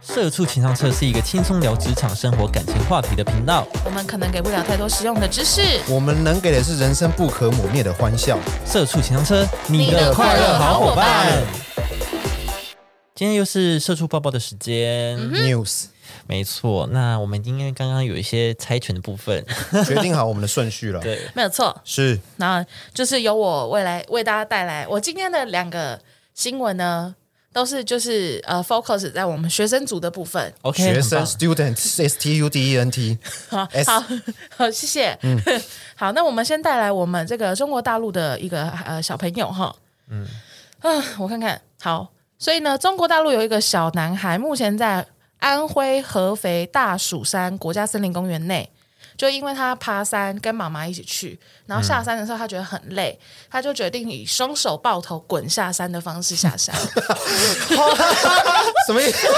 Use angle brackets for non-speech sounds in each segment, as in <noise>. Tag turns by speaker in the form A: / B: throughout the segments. A: 社畜情商车是一个轻松聊职场、生活、感情话题的频道。
B: 我们可能给不了太多实用的知识。
C: 我们能给的是人生不可磨灭的欢笑。
A: 社畜情商车，你的快乐好伙伴。今天又是社畜抱抱的时间，
B: 嗯
C: News
A: 没错。那我们今天刚刚有一些猜拳的部
B: <laughs>
A: 分，
C: 决定好我们的顺序了。
A: 对，
B: 没有错，
C: 是
B: 那就是由我未来为大家带来我今天的两个新闻呢，都是就是呃 focus 在我们学生组的部分。
A: OK，
C: 学
A: 很
C: 生
A: 棒
C: student s t u d e n <laughs> t
B: 好
C: S
B: 好 <laughs> 好，谢谢。好，那我们先带来我们这个中国大陆的一个呃小朋友哈。嗯啊，我看看。好，所以呢，中国大陆有一个小男孩，目前在安徽合肥大蜀山国家森林公园内。就因为他爬山跟妈妈一起去，然后下山的时候他觉得很累，他就决定以双手抱头滚下山的方式下山。
C: 什么意思？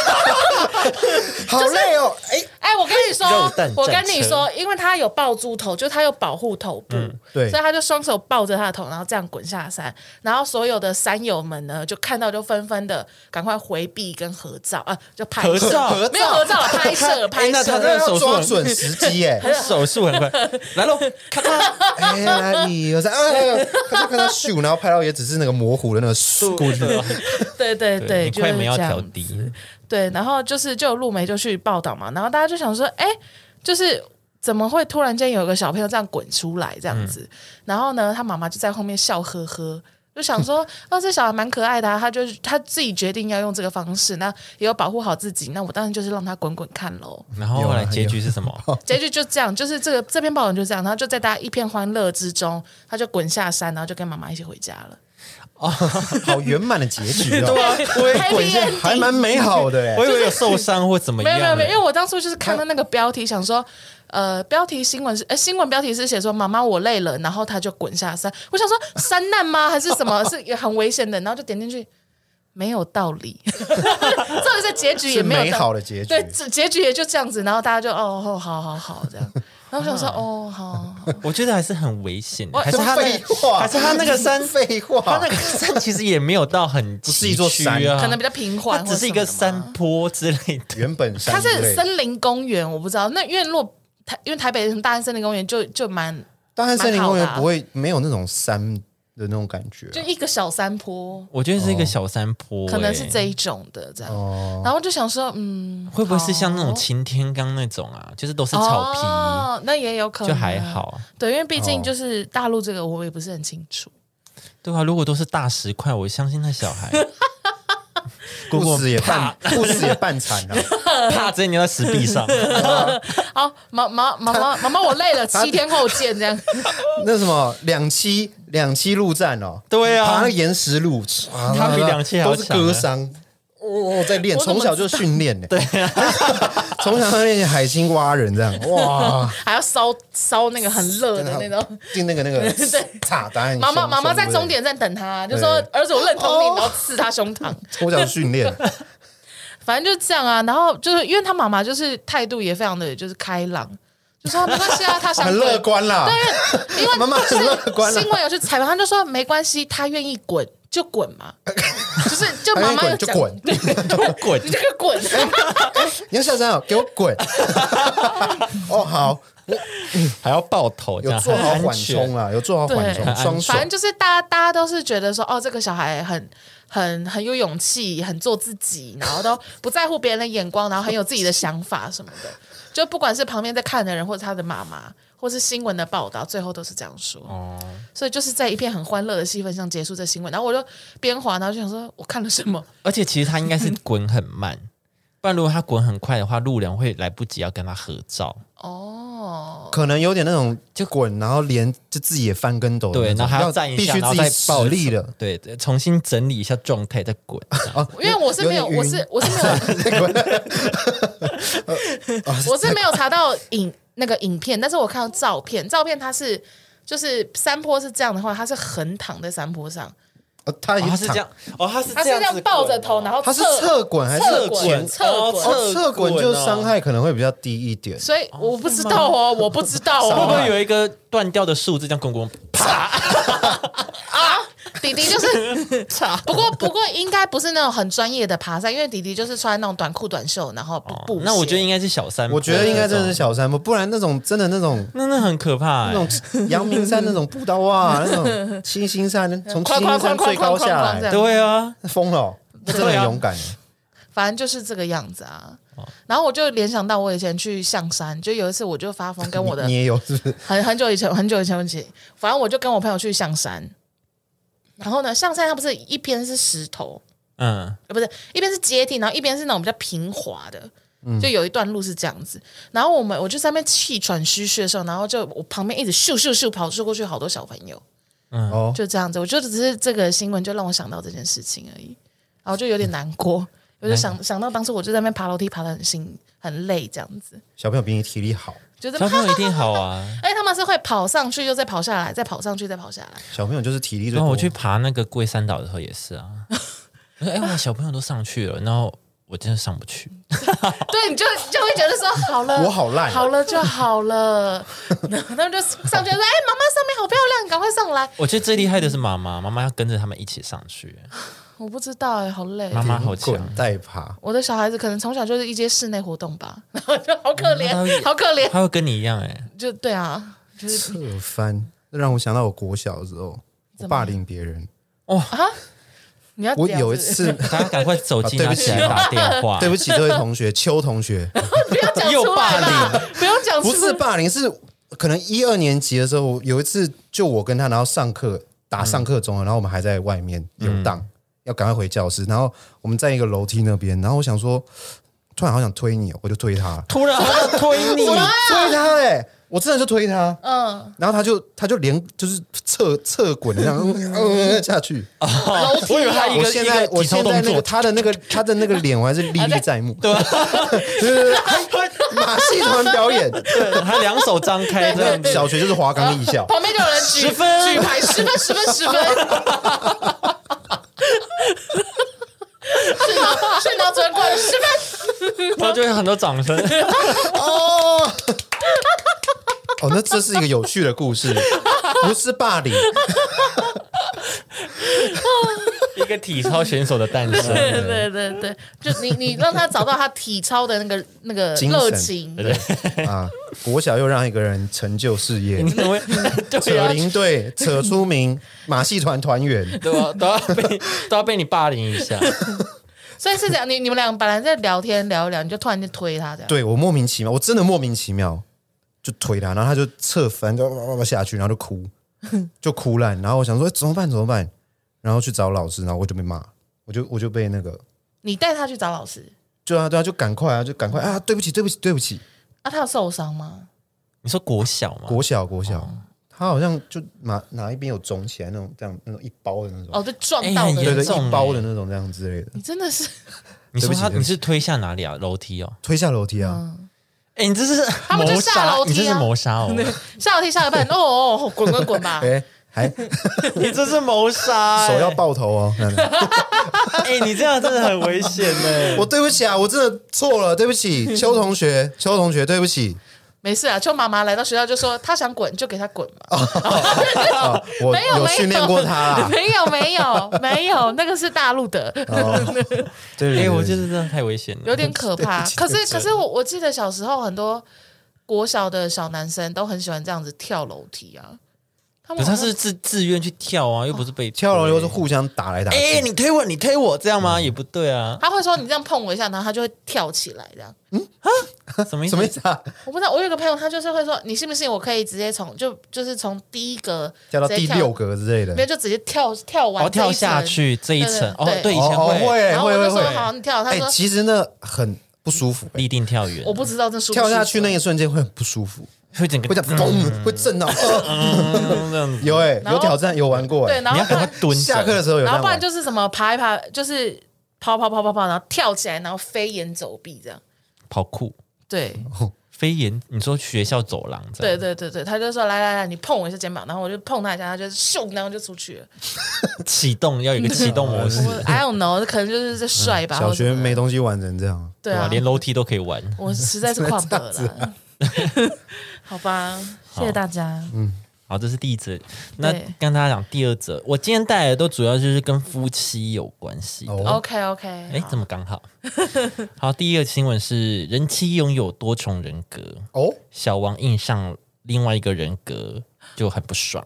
C: 好累哦！哎、
B: 哎，我跟你
A: 肉
B: 说
A: 蛋，
B: 我跟
A: 战
B: 你
A: 车
B: 说，因为他有抱住头，就他有保护头部，
A: 嗯
C: 对
B: 所以他就双手抱着他的头，然后这样滚下山。然后所有的山友们呢，就看到就纷纷的赶快回避跟合照啊，就拍
A: 合
B: 摄，
A: 照
B: 没有合照了，拍摄
A: 哎
B: 拍
A: 那他这个手
B: 摄。
A: 速
C: 要抓
A: 很
C: 准时机耶！
A: 手速很
B: <laughs>
A: 快，来喽，咔嚓，
C: <laughs> 哎呀，你有在啊？他就看他咻，然后拍到也只是那个模糊的那个咻
A: 故事，
B: 对对对，
A: 你
B: 就是
A: 快门要
B: 这样
A: 调低，
B: 对，然后就是就有路媒就去报道嘛，然后大家就想说，哎，就是怎么会突然间有个小朋友这样滚出来这样子？然后呢，他妈妈就在后面笑呵呵。就想说，哦，这小孩蛮可爱的、啊，他就是他自己决定要用这个方式，那也有保护好自己，那我当然就是让他滚滚看喽。
A: 然后后来结局是
C: 啊
A: 什么？
B: 结局就这样，就是这个这篇报道就这样，然后就在大家一片欢乐之中，他就滚下山，然后就跟妈妈一起回家了。
C: 好圆满的结局 <laughs>
A: 对
C: 哦，
A: 啊，我也
B: Happy
A: 滚下，
B: ending
C: 还蛮美好的哎
A: 我。以为有受伤或怎么
B: 没有没有
A: 样
B: 没有，
A: 的
B: 因。为我当初就是看到那个标题，想说，呃，标题新闻是，呃，新闻标题是写说妈妈我累了，然后他就滚下山。我想说 <laughs> 山难吗？还是什
C: <laughs>
B: 么？是也很危险的，然后就点进去，没有道
C: <laughs>
B: 理。这个是结局也
C: 是
B: 没有
C: 美
B: 道
C: 好的结局
B: 对，这结局也就这样子，然后大家就哦哦，好好好这样。然后我想
C: 啊
B: 说哦，好好好
A: 我觉得还是很危险，
B: 我
A: 还是他那
C: 废话，
A: 还是他那个山
C: 废话，
A: 它那个山其实也没有到很不
C: 是一座山
A: 啊，
B: 可能比较平
A: 它
B: 缓，
A: 只是一个山。坡之类的。 <laughs>
C: 原本山
B: 它
C: 之类
B: 是森林公园，我不知道。那因为若台，因为台北大安森林公园就就蛮
C: 当然森林
B: 蛮
C: 公
B: 好的
C: 园
B: 啊
C: 不会没有那种山的那种感觉啊、
B: 就一个小山坡，
A: 我觉得是一个小山坡、
B: 可能是
A: 欸
B: 这一种的这样。
C: 哦，
B: 然后就想说，嗯，
A: 会不会是像那种
B: 好
A: 擎天岗那种啊？就是都是草皮，
B: 哦，那也有可能，
A: 就还。好。
B: 对，因为毕竟
C: 哦
B: 就是大陆这个，我也不是很清楚。
A: 对啊，如果都是大石块，我相信那小
B: <laughs>
A: 孩
C: 不死也
A: 啪
C: 半，不死也半残
B: <laughs>
C: 啊！
A: 啪直接粘在石壁上。 <laughs>
B: 好，妈妈妈妈妈妈，我累了，七天后见这样。 <laughs>
C: 那什么两栖两栖陆战哦，
A: 对啊
C: 爬那个岩石路，啊
A: 他比两栖还要
C: 都是
A: 强啊
C: 割伤。哦，在练，
B: 我怎么
C: 从小就训练呢。对，
A: 啊
C: <laughs> 从小就练海星挖人这样，哇，
B: 还要烧烧那个很热的 <laughs> 那种。，
C: 进那个那个，
B: <laughs> 对
C: 擦，答案。
B: 妈妈妈妈在终
C: 中，
B: 点站等他，就说儿子，我认同你，然后刺他胸膛。
C: 从小训练，
B: 反正就是这样啊。然后就是因为他妈妈就是态度也非常的就是开朗，就说没关系 <laughs> 啊，他想
C: 很
B: 滚
C: 乐观啦。
B: 因为
C: 妈妈很乐观啦
B: 新闻有去采访，他就说没关系，他愿意滚就滚
C: <laughs>
B: 嘛，就是就妈妈有讲
C: 他愿意滚就滚哎
B: 对，
A: 滚
B: 你这个
C: <laughs>
B: 滚，
C: 你要下山哦，给我滚！
B: <laughs>
C: 哦，好，
A: 还要爆头，这
C: 有
A: 样
C: 做好
A: 很安
C: 缓
A: 全
C: 冲啊啦，有做好
B: 对
C: 缓冲，双手
B: 反正就是大家大家都是觉得说，哦，这个小孩很很很有勇气，很做自己，然后都不在乎别人的眼光，然后很有自己的想法什么的，就不管是旁边在看的人，或者他的妈妈。或是新闻的报道，最后都是这样说，
A: 哦，
B: 所以就是在一片很欢乐的气氛上结束这新闻。然后我就边滑，然后就想说，我看了什么？
A: 而且其实他应该是滚很慢，不然如果他滚很快的话，路人会来不及要跟他合照。
B: 哦，
C: 可能有点那种就滚，然后连就自己也翻跟斗的哦那
A: 对，
C: 种，
A: 然后还要
C: 要
A: 站一
C: 必
A: 下，
C: 须
A: 然后
C: 自
A: 再
C: 己使
A: 抱着
C: 力
A: 手
C: 的。
A: 对，对重新整理一下状态再滚。
C: <laughs>
A: 这样
B: 因为我是没有，
C: 哦有
B: 我
C: 点
B: 是我是没有，
C: <laughs>
B: <laughs>
C: 呃
B: 我是没有查到影那个影片，但是我看到照片，照片它是就是山坡是这样的话，它是横躺在山坡上，
C: 呃他
A: 哦
C: 也
A: 他是这样，哦，他是
B: 它是这样
A: 子
B: 抱着
A: 滚
B: 头，
A: 哦
B: 然后
C: 他是侧滚还是
B: 侧
A: 滚
B: 滚侧
A: 哦
B: 滚，啊
C: 哦侧滚就伤害可能会比较低一点。
B: 所以我不知道哦，我不知道
A: 会不
B: 哦，
A: 会有一个断掉的树枝这样滚滚？啪！
B: 啊弟弟就是，
A: <laughs>
B: 不过不过应该不是那种很专业的爬山，因为弟弟就是穿那种短裤短袖，然后布布鞋、
A: 哦那我觉得应该是小山坡，
C: 我觉得应该真的是
A: 是
C: 小山坡，不然那种真的
A: <laughs>
C: 那种
A: 那那很可怕、
C: 那
A: 欸。
C: 种阳明山那种步道啊，
A: <laughs>
C: 那种七星山从七
B: 哐哐
C: 星山
B: 哐
C: 最高
B: 哐哐哐
C: 下
B: 这
C: 来，
B: 样
A: 对啊，
C: 疯了哦，那真的
A: 对
C: 很
A: 啊
C: 勇敢。欸
B: 反正就是这个样子啊。
C: 哦
B: 然后我就联想到我以前去象山，就有一次我就发疯跟我的
C: <laughs> 你你也有是不是？
B: 很很久以前很久以前问起，反正我就跟我朋友去象山，然后呢，象山它不是一边是石头，
A: 嗯，
B: 呃，不是一边是阶梯，然后一边是那种比较平滑的，
C: 嗯
B: 就有一段路是这样子。然后我们我就在那边气喘吁吁的时候，然后就我旁边一直咻咻咻跑出过去好多小朋友，
A: 嗯
C: 哦，
B: 就这样子。我就只是这个新闻就让我想到这件事情而已，然后就有点难过，我就想想到当时我就在那边爬楼梯爬的很辛很累这样子，
C: 小朋友比你体力好，
B: 就是
A: 小。朋友一定好啊。
B: 哎，他们是会跑上去，又再跑下来，再跑上去，再跑下来。
C: 小朋友就是体力最
A: 然
C: 多。
A: 后啊我去爬那个龟山岛的时候也是
C: <laughs>
A: 啊，我说哎、我小朋友都上去了，然后我真的上不去。
B: 对，你就就会觉得说好了，
C: 我好烂
B: 好了就好了。然后他们就上去说：“哎，妈妈上面好漂亮，赶快上来。
A: 我觉得最厉害的是妈妈，妈妈要跟着他们一起上
C: <laughs>
A: 去。”
B: 我不知道哎、好累。
A: 妈妈好强
C: 滚带爬，
B: 我的小孩子可能从小就是一些室内活动吧，然后就好可
A: 妈妈
B: 怜，好可怜，
A: 她会跟你一样哎、
B: 就对啊，就是
C: 这翻这让我想到我国小的时候，我
B: 怎么
C: 霸凌别人。
B: 你要
C: 我
B: 这样
C: 有一
B: 子
C: 次，
A: <laughs> 大家赶快走进他
C: 啊对不起
A: 起来打电话。
C: 对不起，这位同学，邱
B: <laughs>
C: 同学，
B: 不要
C: <laughs>
B: 讲出来啦，不用讲出
C: 不
B: 来，
C: 是霸凌，是可能一二年级的时候，我有一次就我跟他，然后上课打上课
A: 嗯
C: 钟了，然后我们还在外面游荡，要赶快回教室，然后我们在一个楼梯那边，然后我想说，突然好想推你哦，我就推他，
A: 突然好想推
C: <laughs>
A: 你，
C: 推他哎、我真的就推他，
B: 嗯，
C: 然后他就他就连就是侧侧滚这样、嗯嗯下去。
B: 楼梯
A: 我以为他
B: 啊
A: 一
C: 我
A: 个
C: 现在
A: 一个
C: 我
A: 体操
C: 现在
A: 动
C: 那个
A: 作，啊
C: 他的那个他的那个脸，我还是历历在目。 <laughs> 对，马戏团表
A: <laughs>
C: 演，
A: 对，他两手张开这样子。
C: 小学就是华冈艺校，
B: 旁边就有人举
A: 十分
B: 举牌，十分十分十分。训导训导主任过来，十分
A: 然后就会很多掌声。
C: 哦， <laughs> 哦，那这是一个有趣的故事，不是霸凌，
A: <laughs> 一个体操选手的诞
B: 对
A: 生，
B: 对对对，就你你让他找到他体操的那个那个
C: 精神
B: 热情，
C: 啊！国小又让一个人成就事业，
A: <laughs> 你怎么会 <laughs> 对
C: 扯
A: 啊？
C: 铃队扯出名，马戏团团员，
A: 对吧？都要被都要被你霸凌一下，
B: 所以是这样。你你们俩本来在聊天聊一聊，你就突然间推他这样。
C: 对我莫名其妙，我真的莫名其妙就推他，然后他就侧翻，就哇哇哇下去，然后就哭，就哭烂，然后我想说、哎怎么办怎么办，然后去找老师，然后我就被骂，我就我就被那个。
B: 你带他去找老师
C: 对啊，对啊，就赶快啊，就赶快啊！对不起，对不起，对不起！
B: 啊？他有受伤吗？
A: <laughs> 你说国小吗？
C: 国小，国小，
A: 哦
C: 他好像就哪哪一边有肿起来那种，这样那种一包的那种。
B: 哦，就撞
A: 哎
B: 到的
A: 很严
C: 对对，
B: 人。
A: 重欸
C: 一包的那种这样之类的，
B: 你真的是，
A: 你说他
C: 对不起对不
A: 你
C: 起
A: 是推下哪里啊？楼梯哦。
C: 推下楼梯啊！
A: 哎，你这是
B: 们
A: 谋
B: 就下
A: 杀
B: 楼，梯啊
A: 你这是谋杀 <laughs> 哦，
B: 下楼梯下一半，哦哦，哦滚滚滚吧！
A: 嗯
C: 哎，
A: <laughs>
C: 还
A: 你这是谋杀，
C: 手要爆头哦！
A: <laughs> 哎，你这样真的很危险呢。 <laughs>
C: 我对不起啊，我真的错了，对不起，邱同学，邱同学，对不起，
B: 没事啊，邱妈妈来到学校就说她想滚就给她滚嘛， <laughs>
C: 啊我
B: 没有没有
C: 训练过他
B: <laughs>
C: 啦。
B: 没有没有没有，那个是大陆的，
C: 哦对对
A: 哎，
C: 对，
A: 我
C: 对
A: 觉得真的太危险了
B: 有。点可怕。可是可是我我记得小时候很多国小的小男生都很喜欢这样子跳楼梯啊，他
A: 可
B: 们
A: 是
B: 好
A: 他
B: 像
A: 是自自愿去跳啊，又不是被
C: 跳楼
A: 推
C: 又是互相打来打去，
A: 哎，你推我，你推我，这样吗？也不对啊，
B: 他会说你这样碰我一下，然后他就会跳起来这样。
A: 什么意
C: 什
A: 思
C: 么？意思啊？
B: 我不知道，我有一个朋友，他就是会说，你信不信我可以直接从就就是从第一格
C: 跳到
B: 直接
C: 第六格之类的
B: 没，有就直接跳跳完
A: 哦，跳
B: 这一层
A: 下。去这一层，哦
B: 对对，
A: 对，以
C: 哦
A: 前
C: 哦
A: 会
C: 会
B: 然后我
C: 会
B: 就
C: 会
B: 说
C: 会，
B: 好，你跳。他
C: 哎
B: 说，
C: 其实那很不舒服，哎
A: 立定跳远
B: 我，不知道这舒不舒
C: 跳
B: 服
C: 下去那一瞬间会很不舒服，
A: 会整个
C: 会这样嘣，会
B: <laughs>
C: 震到，呃
A: 嗯这样子，
C: 有哎，
B: 嗯然后
C: 有挑战，有玩过
B: 对，
C: 哎，
B: 然
A: 你
B: 后
A: 要赶快蹲着
C: 下课的时候有这
B: 然后
C: 样
B: 不然
C: 玩。
B: 就是什么爬一爬，就是跑跑跑跑跑，然后跳起来，然后飞檐走壁这样。
A: 跑酷。
B: 对
A: 飞檐，你说学校走廊这
B: 对
A: 样，
B: 对对对，他就说来来来，你碰我一下肩膀，然后我就碰他一下，他就咻，然后就出去了。
A: 启动要有
B: 嗯
A: 一个启动模式，
B: 我 I don't know，可能就是在帅吧。
C: 小
B: 或
C: 学
B: 者什么
C: 没东西玩成这样，
B: 对
A: 哇
B: 啊，
A: 连楼梯都可以玩。 <laughs>
B: <laughs> 我实在是旷课了。好吧，谢谢大家。嗯，
A: 好，这是第一则。那
B: 对
A: 跟大家讲第二则，我今天带来的都主要就是跟夫妻有关系的。
C: 哦
B: OK OK，
A: 哎、这么刚好。 <laughs> 好，第一个新闻是人妻拥有多重人格，
C: 哦，
A: 小王印上另外一个人格就很不爽。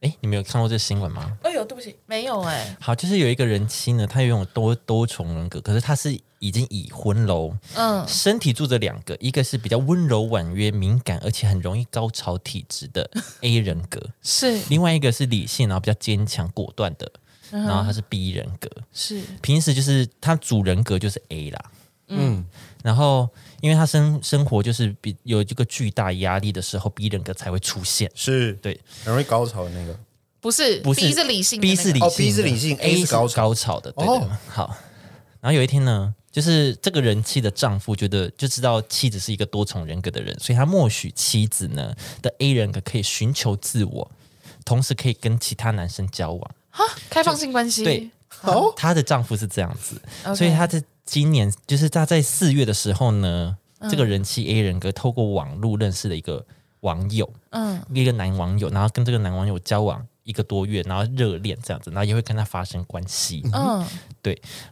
A: 哎、你们有看过这新闻吗？
B: 哎呦，对不起，没有哎、
A: 好，就是有一个人妻呢，她拥有多多重人格，可是她是已经已婚喽，
B: 嗯，
A: 身体住着两个，一个是比较温柔婉约、敏感，而且很容易高潮体质的 A 人格，
B: 是
A: 另外一个是理性，然后比较坚强果断的，然后她是 B 人格。
B: 是，
A: 平时就是她主人格就是 A 啦，嗯，然后因为她生生活就是比有这个巨大压力的时候，B 人格才会出现。
C: 是
A: 对
C: 很容易高潮的那个，
B: 不是
A: 不是
B: B 是理性的
A: B
B: 那个
A: 是理性的、
C: 哦，B 是理性，A
A: A
C: 是
A: 是
C: 高
A: 高
C: 潮
A: 潮的。对的
C: 哦
A: 好。然后有一天呢，就是这个人妻的丈夫觉得就知道妻子是一个多重人格的人，所以他默许妻子呢的 A 人格可以寻求自我，同时可以跟其他男生交往。
B: 哈，开放性关系，
A: 对，
C: 哦，
A: 她的丈夫是这样子
B: OK
A: 所以她在今年，就是她在四月的时候呢，
B: 嗯
A: 这个人妻 A 人格透过网络认识了一个网友，
B: 嗯，
A: 一个男网友，然后跟这个男网友交往一个多月，然后热恋这样子，然后也会跟他发生关系，
B: 嗯，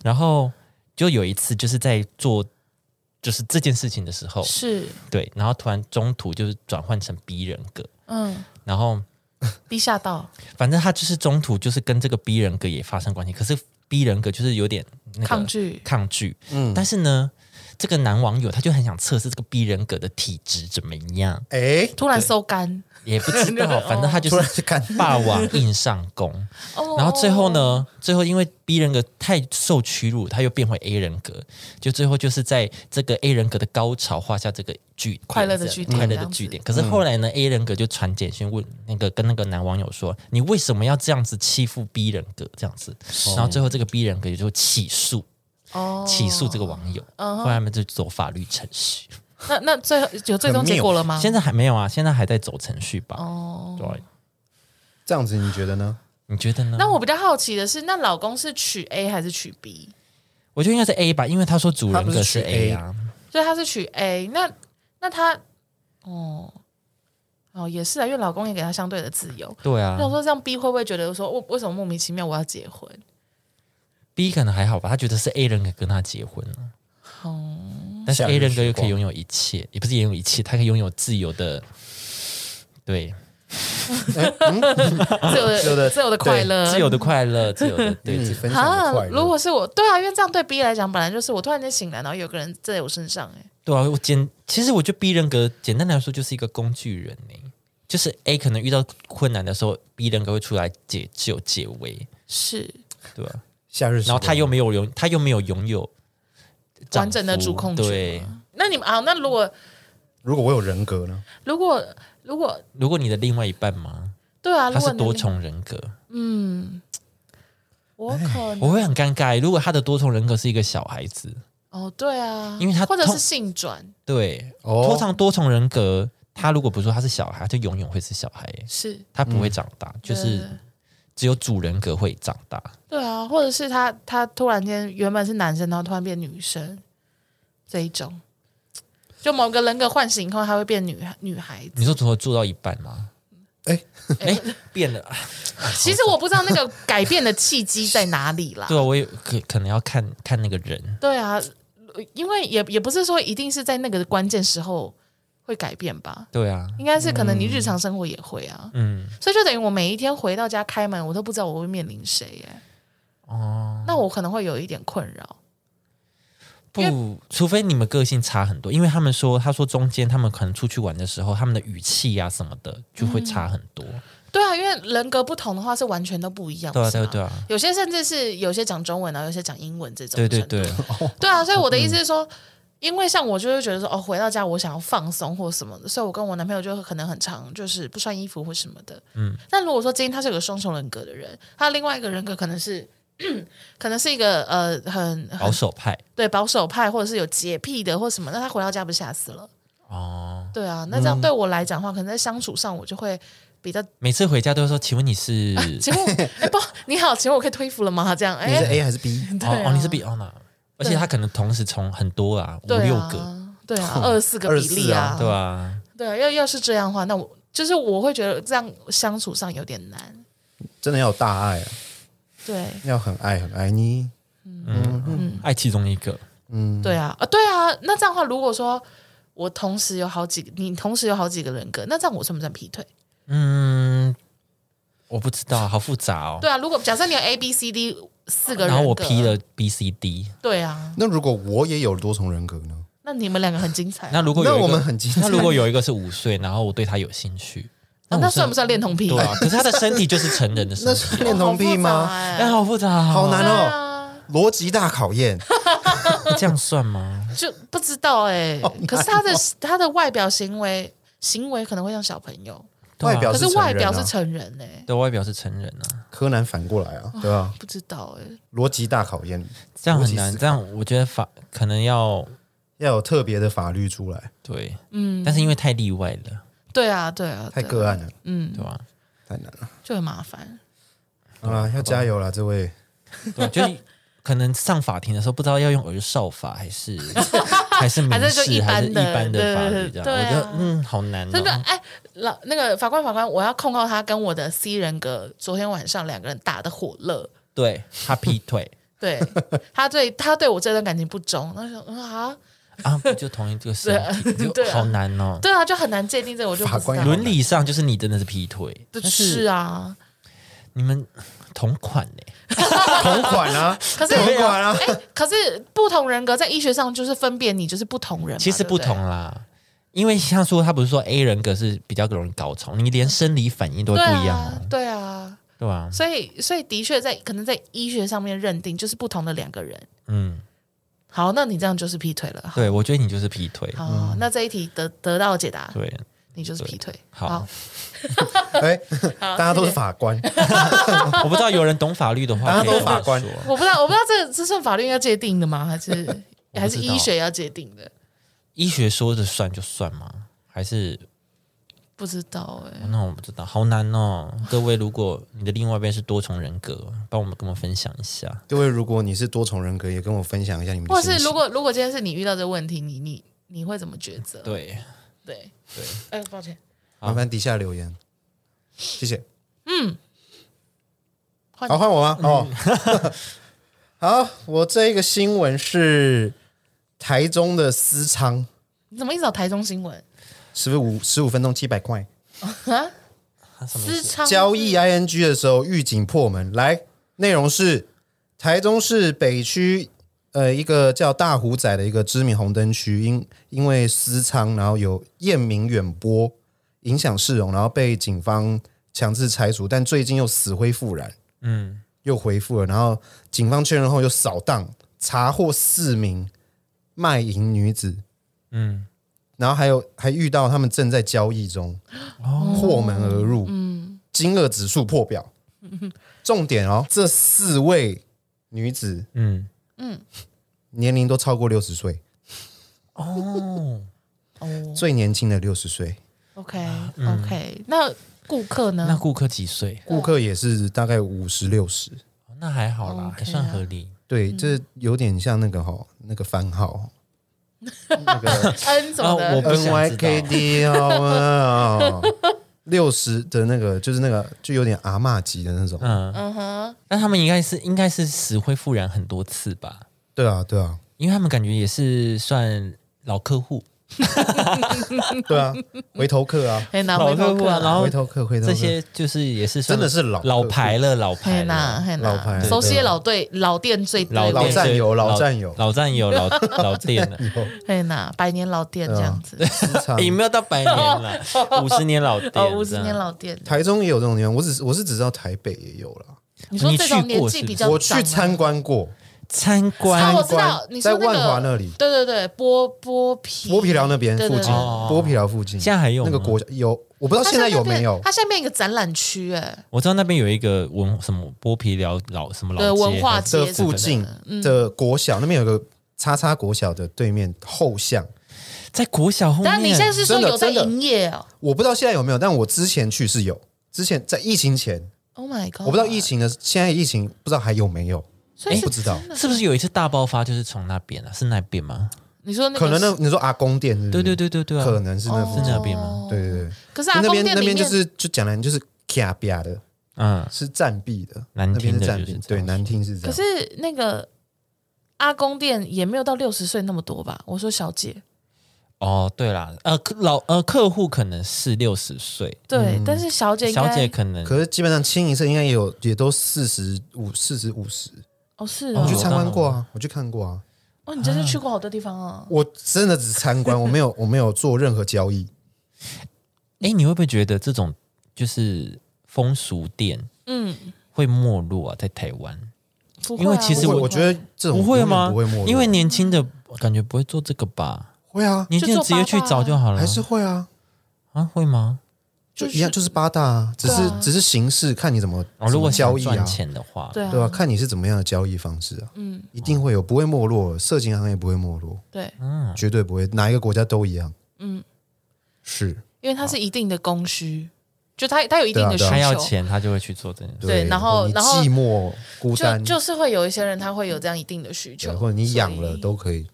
A: 然后就有一次就是在做就是这件事情的时候，
B: 是，
A: 对，然后突然中途就是转换成 B 人格，
B: 嗯
A: 然后
B: ，B 吓到，
A: 反正他就是中途就是跟这个 B 人格也发生关系，可是 B 人格就是有点、那个、
B: 抗拒，
A: 抗拒，但是呢，这个男网友他就很想测试这个 B 人格的体质怎么样，
C: 哎，
B: 突然收干，
A: 也不知道，反正他就
C: 突然
A: 是
C: 就看，
A: 霸王硬上弓。
B: 哦，
A: 然后最后？呢，最后因为 B 人格太受屈辱，他又变回 A 人格，就最后就是在这个 A 人格的高潮画下这个句点
B: 快乐的句点
A: 这样快乐
B: 这
A: 的
B: 样子
A: 句点。可是后来呢，A 人格就传简讯问那个跟那个男网友说，你为什么要这样子欺负 B 人格这样子？然后最后这个 B 人格也就起诉，
B: 哦，嗯
A: 起诉这个网友，后来他们就走法律程序。
B: 那那最后有最终结果了吗？
A: 现在还没有啊，现在还在走程序吧？
B: 哦，
A: 对，
C: 这样子你觉得呢？
A: 你觉得呢？
B: 那我比较好奇的是，那老公是娶 A 还是娶 B？
A: 我觉得应该是 A 吧，因为他说主人
C: 他不
A: 格
C: 是取
A: A 啊，
B: 所以他是娶 A，那那他，哦，哦，也是啊，因为老公也给他相对的自由。
A: 对
B: 那我
A: 啊
B: 说这样 B 会不会觉得说，我哦为什么莫名其妙我要结婚？
A: ，B 可能还好吧，他觉得是 A 人格跟他结婚了，
B: 哦，
A: 但是
C: 夏日
A: A 人格
C: 时
A: 又可以
C: 光
A: 拥有一切，也不是拥有一切，他可以拥有自由
C: <laughs>
A: 的，对，
B: 自由
A: <laughs>
C: 自由的
B: 的自由的快乐，
A: 自由的快
B: <laughs>
A: 乐，自由的对，
C: 与
A: 自
C: 你
A: 由
C: 分享的
B: 啊
C: 快！
B: 如
C: 乐，
B: 果是我，对啊，因为这样对 B 来讲，本来就是我突然间醒来，然后有个人在我身上、欸，
A: 对啊，我简其实我觉得 B 人格简单来说就是一个工具人呢、就是 A 可能遇到困难的时候，B 人格会出来解救解围，
B: 是
A: 对吧、
C: 夏日时
A: 然后
C: 光，
A: 他又没有拥，他又没有拥有丈夫
B: 完整的主控权
A: 对，
B: 那你们啊，那如果
C: 如果我有人格呢？
B: 如果如果
A: 如果你的另外一半嘛，
B: 对啊，
A: 他
B: 如果
A: 是
B: 你
A: 多，重人格，
B: 我可
A: 哎我
B: 能
A: 会很尴尬。如果他的多重人格是一个小孩子，
B: 哦，对啊，
A: 因为他
B: 或者
A: 通
B: 是性转
A: 对，
C: 哦
A: 通常多重人格，他如果不说他是小孩，他就永远会是小孩，
B: 是，
A: 他不会
C: 嗯
A: 长大，就是只有主人格会长大。
B: 对啊，或者是他他突然间原本是男生，然后突然变女生这一种，就某个人格唤醒以后，他会变女孩女孩子。
A: <laughs> 你说如何做到一半吗？
C: 哎
A: 哎， <laughs> 变了，
B: 其实我不知道那个改变的契机在哪里
A: <laughs>
B: 啦。
A: 对啊，我也可可能要看看那个人，
B: 对啊，因为也也不是说一定是在那个关键时候会改变吧，
A: 对啊，
B: 应该是可能你日常生活也会啊，
A: 嗯，
B: 所以就等于我每一天回到家开门，我都不知道我会面临谁耶。哦，那我可能会有一点困扰。
A: 不，除非你们个性差很多，因为他们说，他说中间他们可能出去玩的时候，他们的语气啊什么的就会差很多。
B: 对啊，因为人格不同的话是完全都不一样。
A: 对啊，
B: 是
A: 对啊，对。
B: 吗
A: 啊，
B: 有些甚至是有些讲中文啊，有些讲英文这种
A: 对
B: 程度。
A: 对嗯对，
B: 对啊，所以我的意思是说，因为像我就会觉得说，哦，回到家我想要放松或什么的，所以我跟我男朋友就可能很常就是不穿衣服或什么的。嗯，但如果说今天他是有个双重人格的人，他另外一个人格可能是。 <clears throat> 可能是一个呃很很
A: 保守派
B: 对保守派，或者是有洁癖的或什么，那他回到家不是吓死了？
A: 哦。
B: 对啊，那这样对我来讲的话，可能在相处上我就会比较，
A: 每次回家都会说：“请问你是？哦 <laughs>
B: 请问我，哎、不，你好，请问我可以推服了吗？这样，哎、
C: 你是 A 还是 B？
B: 对
A: 哦
B: 啊、
A: 哦，你是比奥娜，而且他可能同时从很多啊，五
B: 对
A: 六
B: 啊
A: 个，， <laughs>
B: 对啊，二十四个比例
C: 24啊
B: 啊，
A: 对吧？
B: 对啊，要要是这样的话，那我就是我会觉得这样相处上有点难。
C: 真的要有大爱、啊，
B: 对，
C: 要很爱很爱你。
B: 嗯
A: 爱其中一个，嗯
B: 对啊，啊，对啊。那这样的话，如果说我同时有好几，你同时有好几个人格，那这样我算不算劈腿？
A: 嗯，我不知道，好复杂哦。
B: 对啊，如果假设你有 A、B、C、D 四个人格，
A: 然后我 P，了 B、C、D，
B: 对啊，
C: 那如果我也有多重人格呢？
B: 那你们两个很精彩啊、
A: 那如果有一
C: 那
A: 个
C: 我们很精彩
A: 那如果有一个是五岁，然后我对他有兴趣，
B: <laughs> 啊
A: 我
B: 那
A: 是
B: 算不算恋童癖？
A: 对
B: <laughs>
A: 啊，可是他的身体就是成人的身
C: 那
A: 体，
C: 是恋童癖
B: 哦好复
C: 吗
B: 杂？
A: 哎，
B: 哎
A: 好复杂，
C: 好难
B: 对
C: 哦，
B: 啊，
C: 逻辑大考验。
A: 这样算吗？
B: <laughs> 就不知道哎、
C: <laughs> 哦
B: 可是他的 <laughs> 他的外表行为行为可能会像小朋友，
A: 对啊
C: 外表
B: 可是
C: 成人啊
B: 外表是成人哎、
A: 对外表是成人啊，
C: 柯南反过来
B: 哦
C: 啊，对吧？
B: 不知道哎、
C: 逻辑大考验，
A: 这样
C: 逻
A: 很
C: 辑
A: 难，
C: 思
A: 这样我觉得法可能要
C: 要有特别的法律出来，
A: 对，
B: 嗯，
A: 但是因为太例外了，
B: 对啊，对啊，
C: 太
B: 对啊
C: 个案，了，
B: 嗯，
A: 对吧？
C: 太难了。
B: 就很麻烦。
C: 嗯好啦，要加油啦，这位。
A: 对，就是
B: <laughs>
A: 可能上法庭的时候不知道要用儿少法还
B: <laughs>
A: 是还是民
B: 还是就一
A: 事还是一
B: 般的
A: 般的法律这
B: 对
A: 样，
B: 对
A: 我
B: 啊
A: 觉得嗯好难
B: 真的
A: 哦。
B: 哎，老那个法官法官，我要控告他跟我的 C 人格昨天晚上两个人打的火热。
A: 对他劈腿
B: 对
C: <laughs>
B: 他对他对我这段感情不忠，那说嗯啊，
A: 啊，不就同一个身体，
B: <laughs> 对
A: 就
B: 啊
A: 好难哦。
B: 对啊，就很难界定这个，我就不
C: 法
B: 知
C: 官
B: 道
A: 伦理上就是你真的是劈腿，
B: 对
A: 但
B: 是啊，
A: 你们同款欸嘞，
C: 同款啊，
B: <laughs> 可是
C: 同款啊，
B: 哎，可是不同人格在医学上就是分辨你就是不同人嘛，
A: 其实
B: 对
A: 不
B: 对
A: 同啦。因为像说他不是说 A 人格是比较容易高潮，你连生理反应都会
B: 对
A: 不
B: 啊
A: 一样哦，
B: 对啊，
A: 对吧？
B: 所以所以的确在可能在医学上面认定就是不同的两个人。
A: 嗯，
B: 好，那你这样就是劈腿了。
A: 对，我觉得你就是劈腿。
B: 好，那这一题得得到解答，
A: 对， <laughs>
B: 你就是劈腿。
A: 好
C: 哎，
B: 好
C: 大家都
B: 谢
C: 是
B: 谢
C: 法官，
A: 我不知道有人懂法律的话，
B: <laughs> 啊
C: 大家
A: 可以跟
C: 都法
A: 我
C: 官
A: 说
B: 我不知道，我不知道这这算法律要界定的吗？
A: <laughs>
B: 还是
A: 我
B: 还
A: 不
B: 是
A: 知道
B: 医学要界定的？
A: 医学说的算就算吗？还是哦
B: 不知道哎、
A: 那我不知道，好难哦。各位，如果你的另外一边是多重人格，帮我们跟我们分享一下。
C: 各位，如果你是多重人格，也跟我分享一下你们的
B: 或
C: 心情。
B: 是如果如果今天是你遇到这个问题，你你你会怎么抉择？
A: 对，
B: 对
A: 对，
B: 哎、抱歉，
C: 麻烦底下留言，谢谢。
B: 换
C: 好，换我吗？哦， <laughs> 好，我这一个新闻是台中的私娼，
B: 你怎么一直找台中新闻？
C: 十五十五分钟七百块
A: 他什么意
B: 私
A: 思？
B: 娼
C: 交易 ing 的时候，狱警破门。来，内容是台中市北区呃一个叫大湖仔的一个知名红灯区，因因为私娼，然后有艳名远播，影响市容，然后被警方强制拆除，但最近又死灰复燃。
A: 嗯，
C: 又回复了，然后警方确认后又扫荡查获四名卖淫女子，
A: 嗯，
C: 然后还有还遇到他们正在交易中，
A: 哦
C: 破门而入，惊愕指数破表。重点哦，这四位女子
A: 嗯，
C: 年龄都超过六十岁，
A: 哦，
B: 哦
C: 最年轻的六十岁，
B: ，OK
C: 啊嗯
B: OK，那顾客
A: 那
B: 呢？
A: 顾客几岁？
C: 顾客也是大概五十六十。
A: 哦那还好啦，
B: OK 啊
A: 还算合理。
C: 对，这有点像那个哈、那个番号，
A: <laughs>
C: 那个
B: 恩怎么
A: 那我
B: 的？
A: 不想知
C: N
A: 道
C: Y K D 哦，六十的那个就是那个就有点阿嬷级的那种。
A: 嗯，
B: 嗯哼，
A: 那他们应该是应该是死灰复燃很多次吧？
C: 对啊，对啊，
A: 因为他们感觉也是算老客户，
C: 对啊，回头客啊，
B: 可以拿回头
A: 老客户啊然后
C: 回头客，回头客
A: 这些就是也是算
C: 真的是老
A: 老牌了，老
B: 可以
A: 牌
B: 拿，
A: 了，
B: 可以
C: 老牌
B: 拿，
C: 对
B: 熟悉的老队老店最对
A: 老
B: 味
A: 店
C: 老战友
A: 对
C: 老战友
A: 老战友，老老店了。
B: 可以拿百年老店
C: 嗯
B: 这样子，
A: <laughs>
C: 私
A: 也
C: 娼。
A: 没有到百年了，啊 <laughs> 五十年老店，
B: 哦，五十年
A: 老。
B: 老店。
C: 台中也有这种地方，我只是我是只知道台北也有啦。
B: 你说
A: 你
B: 这
A: 去
B: 种年
A: 过
B: 纪
A: 是
B: 比
A: 不
B: 较
C: 我
B: 长
C: 去
B: 的
C: 参观过，
A: 参
B: 啊，
A: 观
B: 我知道
C: 观
B: 你说
C: 在
B: 那
C: 万华
B: 个
C: 那里
B: 对对对，剥剥皮
C: 剥皮寮那边
B: 对对
C: 附
B: 对
C: 近，
A: 哦
C: 剥皮寮附近
A: 现在还有
C: 那个
A: 吗
C: 国小有，我不知道
B: 它
C: 现在
B: 面
C: 有没有。
B: 它下面有一个展览区，哎，
A: 我知道那边有一个文什么剥皮寮老什么老
B: 对
A: 街
B: 文化
A: 还是
C: 的
B: 街
C: 附近
B: 嗯
C: 的国小那边有个叉叉国小的对面后巷，
A: 在国小后面。
B: 但你现在是说
C: 真的
B: 有在
C: 真的
B: 营业哦
C: 我不知道现在有没有，但我之前去是有。之前在疫情前，
B: ？Oh my god！
C: 我不知道疫，情的现在疫情不知道还有没有，
B: 所以
C: 不知道
B: 真的
A: 是不是有一次大爆发就是从那边啊？是那边吗？
B: 你说那个
C: 可能那你说阿公店是不
A: 对
C: 是
A: 对对对对啊，
C: 嗯可能是那
B: 哦
C: 附
A: 是
C: 近
A: 那边吗
C: 对对对，
B: 可哦是阿
C: 那
B: 公
C: 边
B: 店
C: 那
B: 里面
C: 边就是就讲的就是卡比亚的，
A: 嗯，
C: 是占壁的，
A: 难
C: 那
A: 听
C: 边
A: 的
C: 是占
A: 就是
C: 壁，
A: 这
C: 对，
A: 样
C: 难听是这
B: 可
C: 样。
B: 是那个阿公店也没有到六十岁那么多吧？我说小姐，
A: 哦，对啦，呃，客老呃客户可能是六十岁，
B: 对，
C: 嗯
B: 但是小姐应该
A: 小姐可能
C: 可是基本上清一色应该也有也都四十五、四十五十，
B: 哦是
A: 哦
C: 我
B: 哦
C: 去
A: 猜
C: 参观过啊，我去看过啊，
B: 哦，你真是去过好多地方啊！
C: 我真的只参观，我没有我没有做任何交易，
A: 哎，你会不会觉得这种就是风俗店
B: 嗯，
A: 会没落啊？在台湾
B: 不会啊
A: 因为其实
C: 不会，我
B: 不会
C: 觉得这种
A: 不会吗？
C: 永远不会没落
A: 因为年轻的感觉不会做这个吧？
C: 会啊，
A: 年轻的
B: 就
A: 直
B: 做
A: 接去
B: 八大
A: 找
B: 啊
A: 就好了，
C: 还是会啊，
A: 啊会吗？
C: 就
B: 就是
C: 一样，就是八大啊，只
B: 对
C: 是
B: 啊
C: 只是形式，看你怎么
A: 哦，如果
C: 怎么
A: 想
C: 交易
A: 赚
C: 啊，
A: 钱的话，
B: 对啊，
C: 对吧？看你是怎么样的交易方式啊，
B: 嗯，
C: 一定会有，不会没落，色情行业不会没落，
B: 对，
A: 嗯，
C: 绝对不会，哪一个国家都一样，
B: 嗯，
C: 是
B: 因为它是一定的供需，就它它有一定的需
C: 对啊对啊
A: 他要
B: 求，
A: 钱，他就会去做这件事。
B: 对然后
C: 你
B: 然后
C: 寂寞孤
B: 就
C: 单，
B: 就是会有一些人他会有这样一定的需求
C: 对，或者你养
B: 所
C: 了
B: 以嗯
C: 都可以，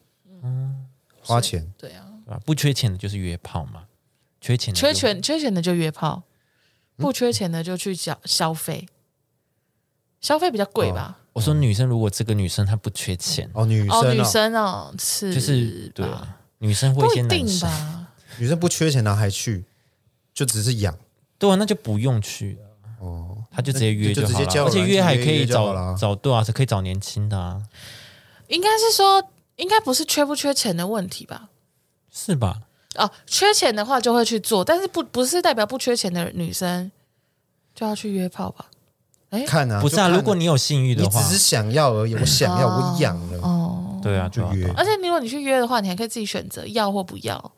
C: 花钱，
B: 对啊，
A: 对吧？不缺钱的就是约炮嘛，缺钱的就
B: 缺钱缺钱的就约炮，
C: 嗯
B: 不缺钱的就去消消费，消费比较贵吧？
A: 我说女生如果这个女生她不缺钱，
C: 哦，女
B: 哦，女
C: 生啊，
B: 生哦，是
A: 就是对
B: 吧
A: 啊，女生或
B: 不
A: 些
B: 一
A: 男
B: 定
A: 生，
B: 吧？
C: 女生不缺钱，然后还去，就只是养
A: 对啊，那就不用去，
C: 哦，
A: 他就直接约
C: 就
A: 好
C: 直接
A: 了，
C: 交友
A: 而且
C: 软
A: 约
C: 件
A: 还
C: 约
A: 可
C: 一
A: 以
C: 约就好
A: 找
C: 了啊
A: 找对啊，是可以找年轻的啊，
B: 应该是说，应该不是缺不缺钱的问题吧？
A: 是吧？
B: 哦，缺钱的话就会去做，但是不不是代表不缺钱的女生就要去约炮吧？
C: 看啊，
A: 不是
C: 就
A: 啊，
C: 看
A: 如果你有性欲
C: 你
A: 的
C: 只
A: 话，
C: 是想要而已，我想要，
B: 哦
C: 我养了，
B: 哦，
A: 对啊，对啊
C: 就约
A: 对啊
B: 而且你如果你去约的话，你还可以自己选择要或不要，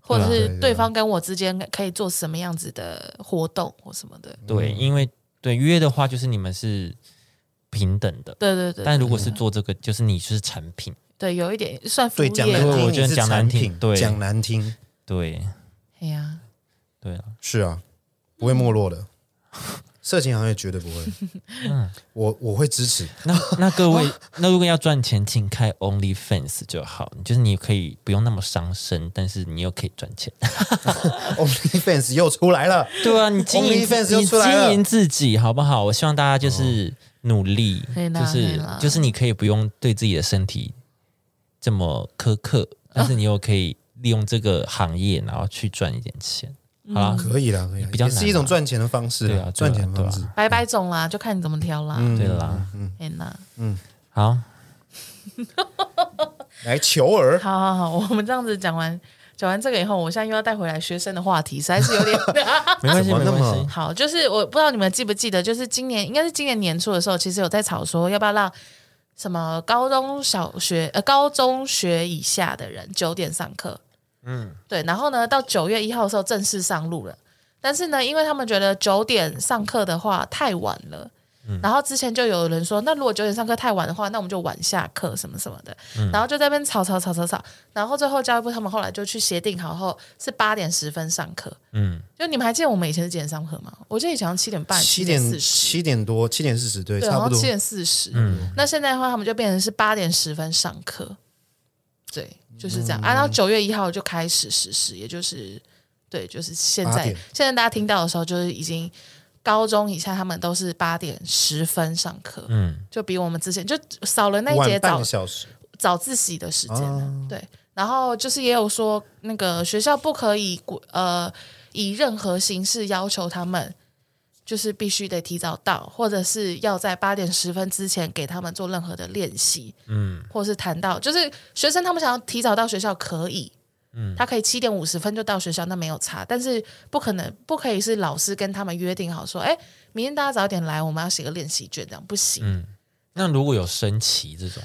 B: 或者
C: 对啊
B: 是
C: 对对
B: 对方跟我之间可以做什么样子的活动或什么的。
A: 对，因为对约的话就是你们是平等的，
B: 对对对，
A: 但如果是做这个，就是你是产品，
B: 对有一点算服务
C: 对，讲难
A: 对
B: 业。
A: 我
C: 听，
A: 觉得
C: 你是
A: 讲难
C: 产
A: 听
C: 品
A: 对
C: 讲难听，
A: 对
B: 哎呀，
A: 对啊，
C: 是啊，不会没落的，色情行业绝对不会，
A: 嗯
C: 我我会支持，
A: 那那各
C: <laughs>
A: 位，那如果要赚钱，请开 OnlyFans 就好，就是你可以不用那么伤身，但是你又可以赚
C: <laughs>
A: 钱。
C: OnlyFans 又出来了，
A: 对啊，你经营
C: OnlyFans
A: 你
C: 又出来了
A: 经营自己好不好？我希望大家就是努力，
C: 嗯
B: 嘿啦
A: 就
B: 嘿
A: 是
B: 啦
A: 就是你可以不用对自己的身体这么苛刻，
C: 啊
A: 但是你又可以利用这个行业，然后去赚一点钱。好啦，
C: 可以啦，可以啦，
A: 比较
C: 也
A: 难
C: 是
A: 啊
C: 一种赚钱的方式
A: 对啊对啊
C: 赚钱的方式
A: 对，
B: 白白种啦，就看你怎么挑啦。
C: 嗯
A: 对啦，
B: 哎呀，
A: 好，
C: 来求儿，
B: 好好 <laughs> 好，我们这样子讲完讲完这个以后，我现在又要带回来学生的话题，实在是有点。 <laughs>
A: 没关系，
C: 怎么
A: 没
C: 那
A: 关
C: 么
A: 系。
B: 好，就是我不知道你们记不记得，就是今年应该是今年年初的时候，其实有在吵说要不要让什么高中小学呃高中学以下的人九点上课，嗯，对，然后呢到九月一号的时候正式上路了，但是呢，因为他们觉得九点上课的话太晚了。然后之前就有人说，那如果九点上课太晚的话，那我们就晚下课什么什么的。然后就在那边吵吵吵吵吵，然后最后教育部他们后来就去协定好后是八点十分上课。
A: 嗯，
B: 就你们还记得我们以前是几点上课吗？我记得以前好像七点半、
C: 七
B: 点
C: 点
B: 四十，
C: 七点多，七点四十，对，
B: 对，
C: 差
B: 好像
C: 不多
B: 七，点四十。那现在的话，他们就变成是八点十分上课，对，就是这样、啊。然后九月一号就开始实施，也就是对，就是现
C: 八
B: 在
C: 点
B: 现在大家听到的时候，就是已经高中以下他们都是八点十分上课，
A: 嗯，
B: 就比我们之前就少了那一节
C: 晚半
B: 早
C: 个小时，
B: 早自习的时间了、对。然后就是也有说，那个学校不可以鼓呃以任何形式要求他们，就是必须得提早到，或者是要在八点十分之前给他们做任何的练习，嗯，或是谈到就是学生他们想要提早到学校可以。嗯，他可以七点五十分就到学校，那没有差。但是不可能，不可以是老师跟他们约定好说，哎，明天大家早点来，我们要写个练习卷，这样不行，
A: 那如果有升旗这种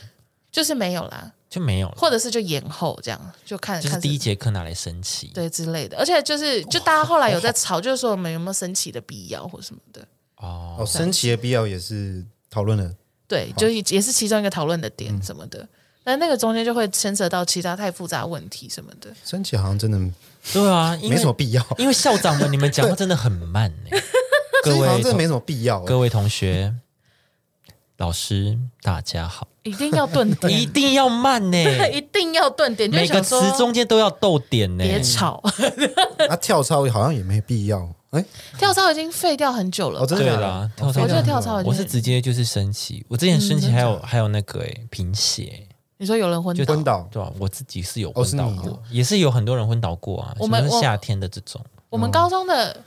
B: 就是没有啦。
A: 就没有了，
B: 或者是就延后这样，就看
A: 就是
B: 看
A: 第一节课拿来升旗。
B: 对之类的，而且就是就大家后来有在吵，就是说我们有没有升旗的必要或什么的，
A: 哦，
C: 哦，升旗的必要也是讨论了，
B: 对，就也也是其中一个讨论的
A: 嗯
B: 点什么的。但那个中间就会牵扯到其他太复杂的问题什么的，
C: 升旗好像真的
A: 对啊，因为
C: 没什么 <laughs> 必要，
A: 因为校长们你们
C: <laughs>
A: 讲话真的很慢呢、各
C: 升旗好像
A: 位
C: 啊真的没什么必要，
A: 各位同学，老师大家好，
B: 一定要顿
A: 一 <laughs>
B: 点，
A: 定要慢呢、
B: <laughs> 一定要顿点，就
A: 每个
B: 想
A: 词
B: 说
A: 中间都要逗点呢、欸
B: 别吵， <laughs>
C: 那啊跳操好像也没必要。哎，
B: 跳槽已经废掉很久了
C: 哦，
B: 吧。
C: 真的
A: 对
C: 假的
A: 啦，跳
B: 我
A: 操
B: 觉得跳槽已经
A: 我是直接就是升旗，我之前升
B: 嗯
A: 旗还有、还有那个哎、贫血，
B: 你说有人昏
A: 就
B: 倒
C: 昏，倒
A: 对吧、啊我自己是有
C: 哦
A: 昏
C: 是
A: 倒
C: 你
A: 过，也是有很多人昏倒过啊，
B: 我们
A: 什么
B: 我
A: 夏天的这种，
B: 我们高中的，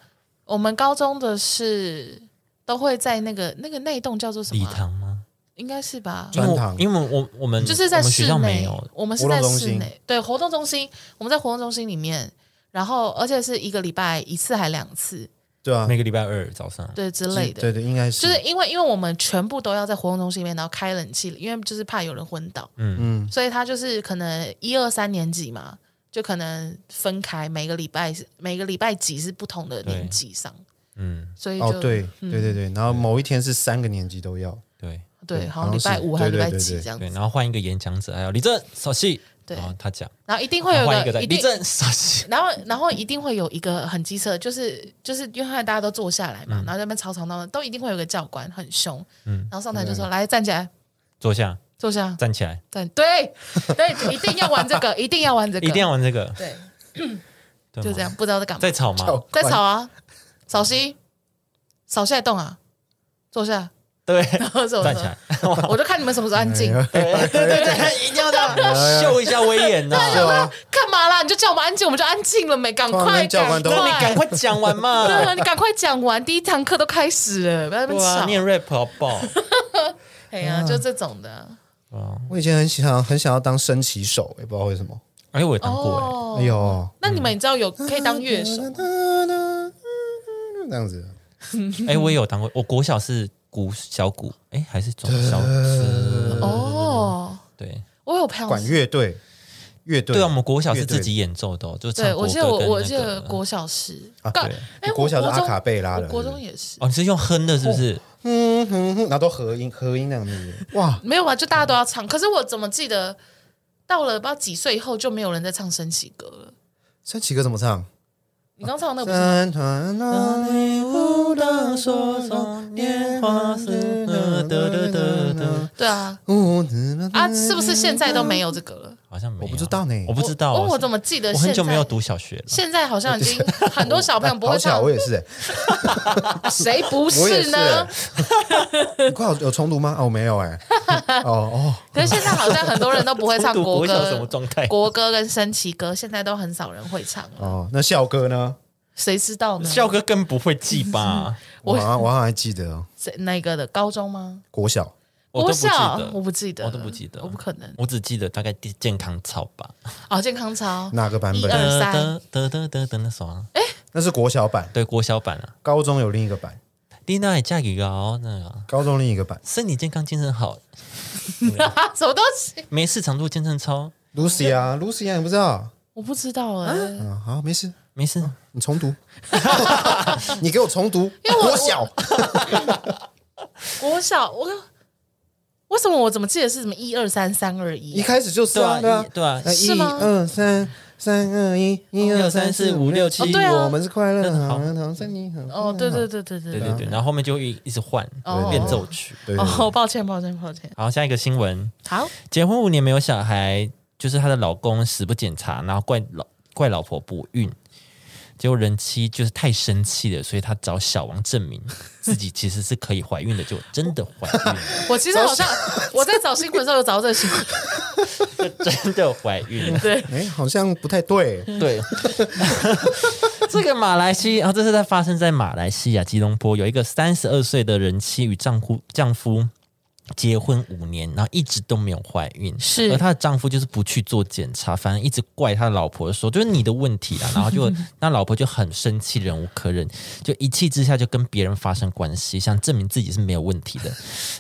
B: 我们高中的是都会在那个那个那一栋叫做什
A: 礼
B: 么啊？
A: 堂吗？
B: 应该是吧？
A: 因为
C: 专
A: 我
C: 堂
A: 因为我我们
B: 就是在
A: 嗯我们学
B: 室
A: 校没
B: 内
A: 有，，
B: 我们是
C: 活动
B: 在
C: 中
B: 室
C: 心
B: 内，对活动中心，我们在活动中心里面，然后而且是一个礼拜一次还两次，
C: 对啊，
A: 每个礼拜二早上。
B: 对之类的。
C: 对对，应该是
B: 就是因为因为我们全部都要在活动中心里面，然后开冷气，因为就是怕有人昏倒，
C: 嗯，
B: 所以他就是可能一二三年级嘛，就可能分开，每个礼拜是每个礼拜几是不同的年级上，
A: 嗯，
B: 所以就、
C: 哦对
B: 嗯
C: 对对对，然后某一天是三个年级都要，
A: 对
B: 对，好
C: 好
B: 像
C: 像
B: 礼拜
C: 是
B: 五还是礼
C: 对对
B: 拜
C: 对
B: 几
C: 对
B: 这样
A: 对，
B: 子，
A: 然后换一个演讲者，还有李正首席，
B: 对
A: 然后他讲，
B: 然后一定会
A: 然
B: 有
A: 后哦换一个在
B: 个一
A: 李
B: 定
A: 正首席，
B: 然后，然后一定会有一个很机车，就是就是因为后来大家都坐下来嘛，然后在那边吵吵闹闹，都一定会有个教官很凶，
A: 嗯
B: 然后上台就说：“来站起来，
A: 坐下，
B: 坐下，
A: 站起来，
B: 站。”对对，一定要玩这个，一定要玩这个，
A: <laughs> 一定要玩这个，
B: 对，
A: 对
B: 就
A: 吗
B: 这样，不知道在干嘛
A: 在，吵吗？
C: 跳
B: 在吵啊，扫息，扫下来动啊，坐下， <laughs>
A: 对，
B: 然后走
A: 站起来，哎
B: 我就看你们什么时候安静，
A: 对对 <laughs> 对，一定要这样秀一下威严呐。
C: 对啊，
B: <laughs> 干嘛啦？你就叫我们安静，我们就安静了没？赶
C: 突然
B: 快，
C: 跟教
B: 赶
C: 官都
A: 那你赶
B: 快，
A: 快讲完嘛
B: <laughs> 对，啊，你赶快讲完，第一堂课都开始了，不要在那边
A: 对啊，嗯
B: 吵。
A: 念 rap 好不好？
B: 哎呀，就这种的。
A: 啊，
C: 我以前很想很想要当升旗手，欸也不知道为什么。
A: 哎，我也当过
C: 哎呦，
B: 哦那你们你知道有可以当乐手？
C: 这样子，
A: 哎，哎，我也有当过，我国小是鼓小鼓，哎，还是中小嗯
B: 哦，
A: 对
B: 我有朋友
C: 管，乐队，乐队
A: 对啊，我们国小是自己演奏的哦，就
B: 对
A: 唱
B: 我
A: 国
B: 记得我
A: 歌
B: 我
A: 跟
B: 记
A: 那
B: 得
A: 个。
B: 国小是，
C: 啊
B: 干
A: 对
B: 哎，
C: 你
B: 我
C: 国小是
B: 国中
C: 阿卡贝拉
B: 我
C: 了
B: 国
C: 是不
B: 中
C: 是
B: 也是，
A: 哦，你是用哼的，是不是？
C: 嗯哼哼，然后都合音合音那样子，哇，
B: 没有吧？就大家都要唱，可是我怎么记得到了不知道几岁以后就没有人在唱升旗歌了？
C: 升旗歌怎么唱？
B: 你刚唱的那个不
A: 嗯
B: 是？
C: 山川那里
A: 不当说中年华是得得得得，
B: 对啊啊，
C: 啊
B: 是不是现在都没有这个了？
A: 好像没有，
C: 我不知道呢
A: 嗯我不知道，啊
B: 我我怎么记得
A: 我
B: 现
A: 很久没有
B: 在？
A: 读 <laughs> 小学了。
B: 现在好像已经很多小朋友不
C: 好
B: 会
C: 巧，
B: 唱
C: 我，也是哎、
B: 谁不
C: 我也
B: 是
C: 是
B: 呢
C: 欸？
B: <laughs>
C: 你快有有重读吗？哦，没有哎、哦
B: 可是现在好像很多人都不会唱
A: 读
B: 国
A: 国小
B: 歌，
A: 什么状态？ <laughs>
B: 国歌跟升旗歌现在都很少人会唱
C: 哦
B: 了，
C: 哦，那校歌呢？
B: 谁知道呢？
A: 校歌更不会记吧？
B: <laughs>
C: 我
B: 我
C: 好像我好像还记得哦，
B: 谁那个的高中吗？
C: 国小
A: 我都不记
B: 小
A: 得，
B: 我不记得，
A: 我都不记得
B: 我不可能。
A: 我只记得大概健健康操吧。
B: 哦，健康操，
C: 哪个版
B: 一二
C: 本？
B: 三
A: 得得得得那首啊，
C: 那是国小版，
A: 对，郭小版啊，
C: 高中有另一个版，
A: 丽娜也嫁给高那个啊
C: 高中另一个版
A: 身体健康精神好，
B: 什么东西？
A: 没事常做健身操，
C: ，Lucy 啊，Lucy
B: <laughs>
C: 啊，你不知道？
B: 我不知道哎、
C: 嗯，好，没事，
A: 没事。
C: 你重
B: <laughs>
C: 读，你给我重读，
B: 我
C: 国小
B: 国小我为什么我怎么记得是什么一二三三二一
C: 一？开始就是啊，
A: 对
C: 对
A: 啊
C: 啊，
A: 对啊
C: 那
B: 是
C: 一
B: 吗
C: 二三三二一，一
A: 六
C: 二
A: 三
C: 三
A: 四
C: 四
A: 五
C: 五
A: 六
C: 六
A: 七
C: 七，
B: 对啊
C: 我们是快乐
A: 嗯
C: 的
A: 好
C: 好人，好像你很
B: 哦，对对对对对
A: 对对对，然后后面就会一直换
B: 哦
A: 变奏曲。
C: 对对
B: 哦，抱歉抱歉抱歉。
A: 好，下一个新闻，
B: 好，
A: 结婚五年没有小孩，就是她的老公死不检查，然后怪老怪老婆不孕，结果人妻就是太生气了，所以她找小王证明自己其实是可以怀孕的，就真的怀孕
B: <laughs>
A: 了，
B: 我其实好像我在找新闻的时候有找到这个新闻，
A: 真的怀孕了。
B: 对，
C: 哎，好像不太对，
A: 对， <laughs> 这个马来西亚，哦然后这是在发生在马来西亚吉隆坡，有一个三十二岁的人妻与丈夫丈夫结婚五年，然后一直都没有怀孕，
B: 是
A: 而她的丈夫就是不去做检查，反正一直怪她老婆说就是你的问题啦，然后就那老婆就很生气，忍无可忍，就一气之下就跟别人发生关系，想证明自己是没有问题的。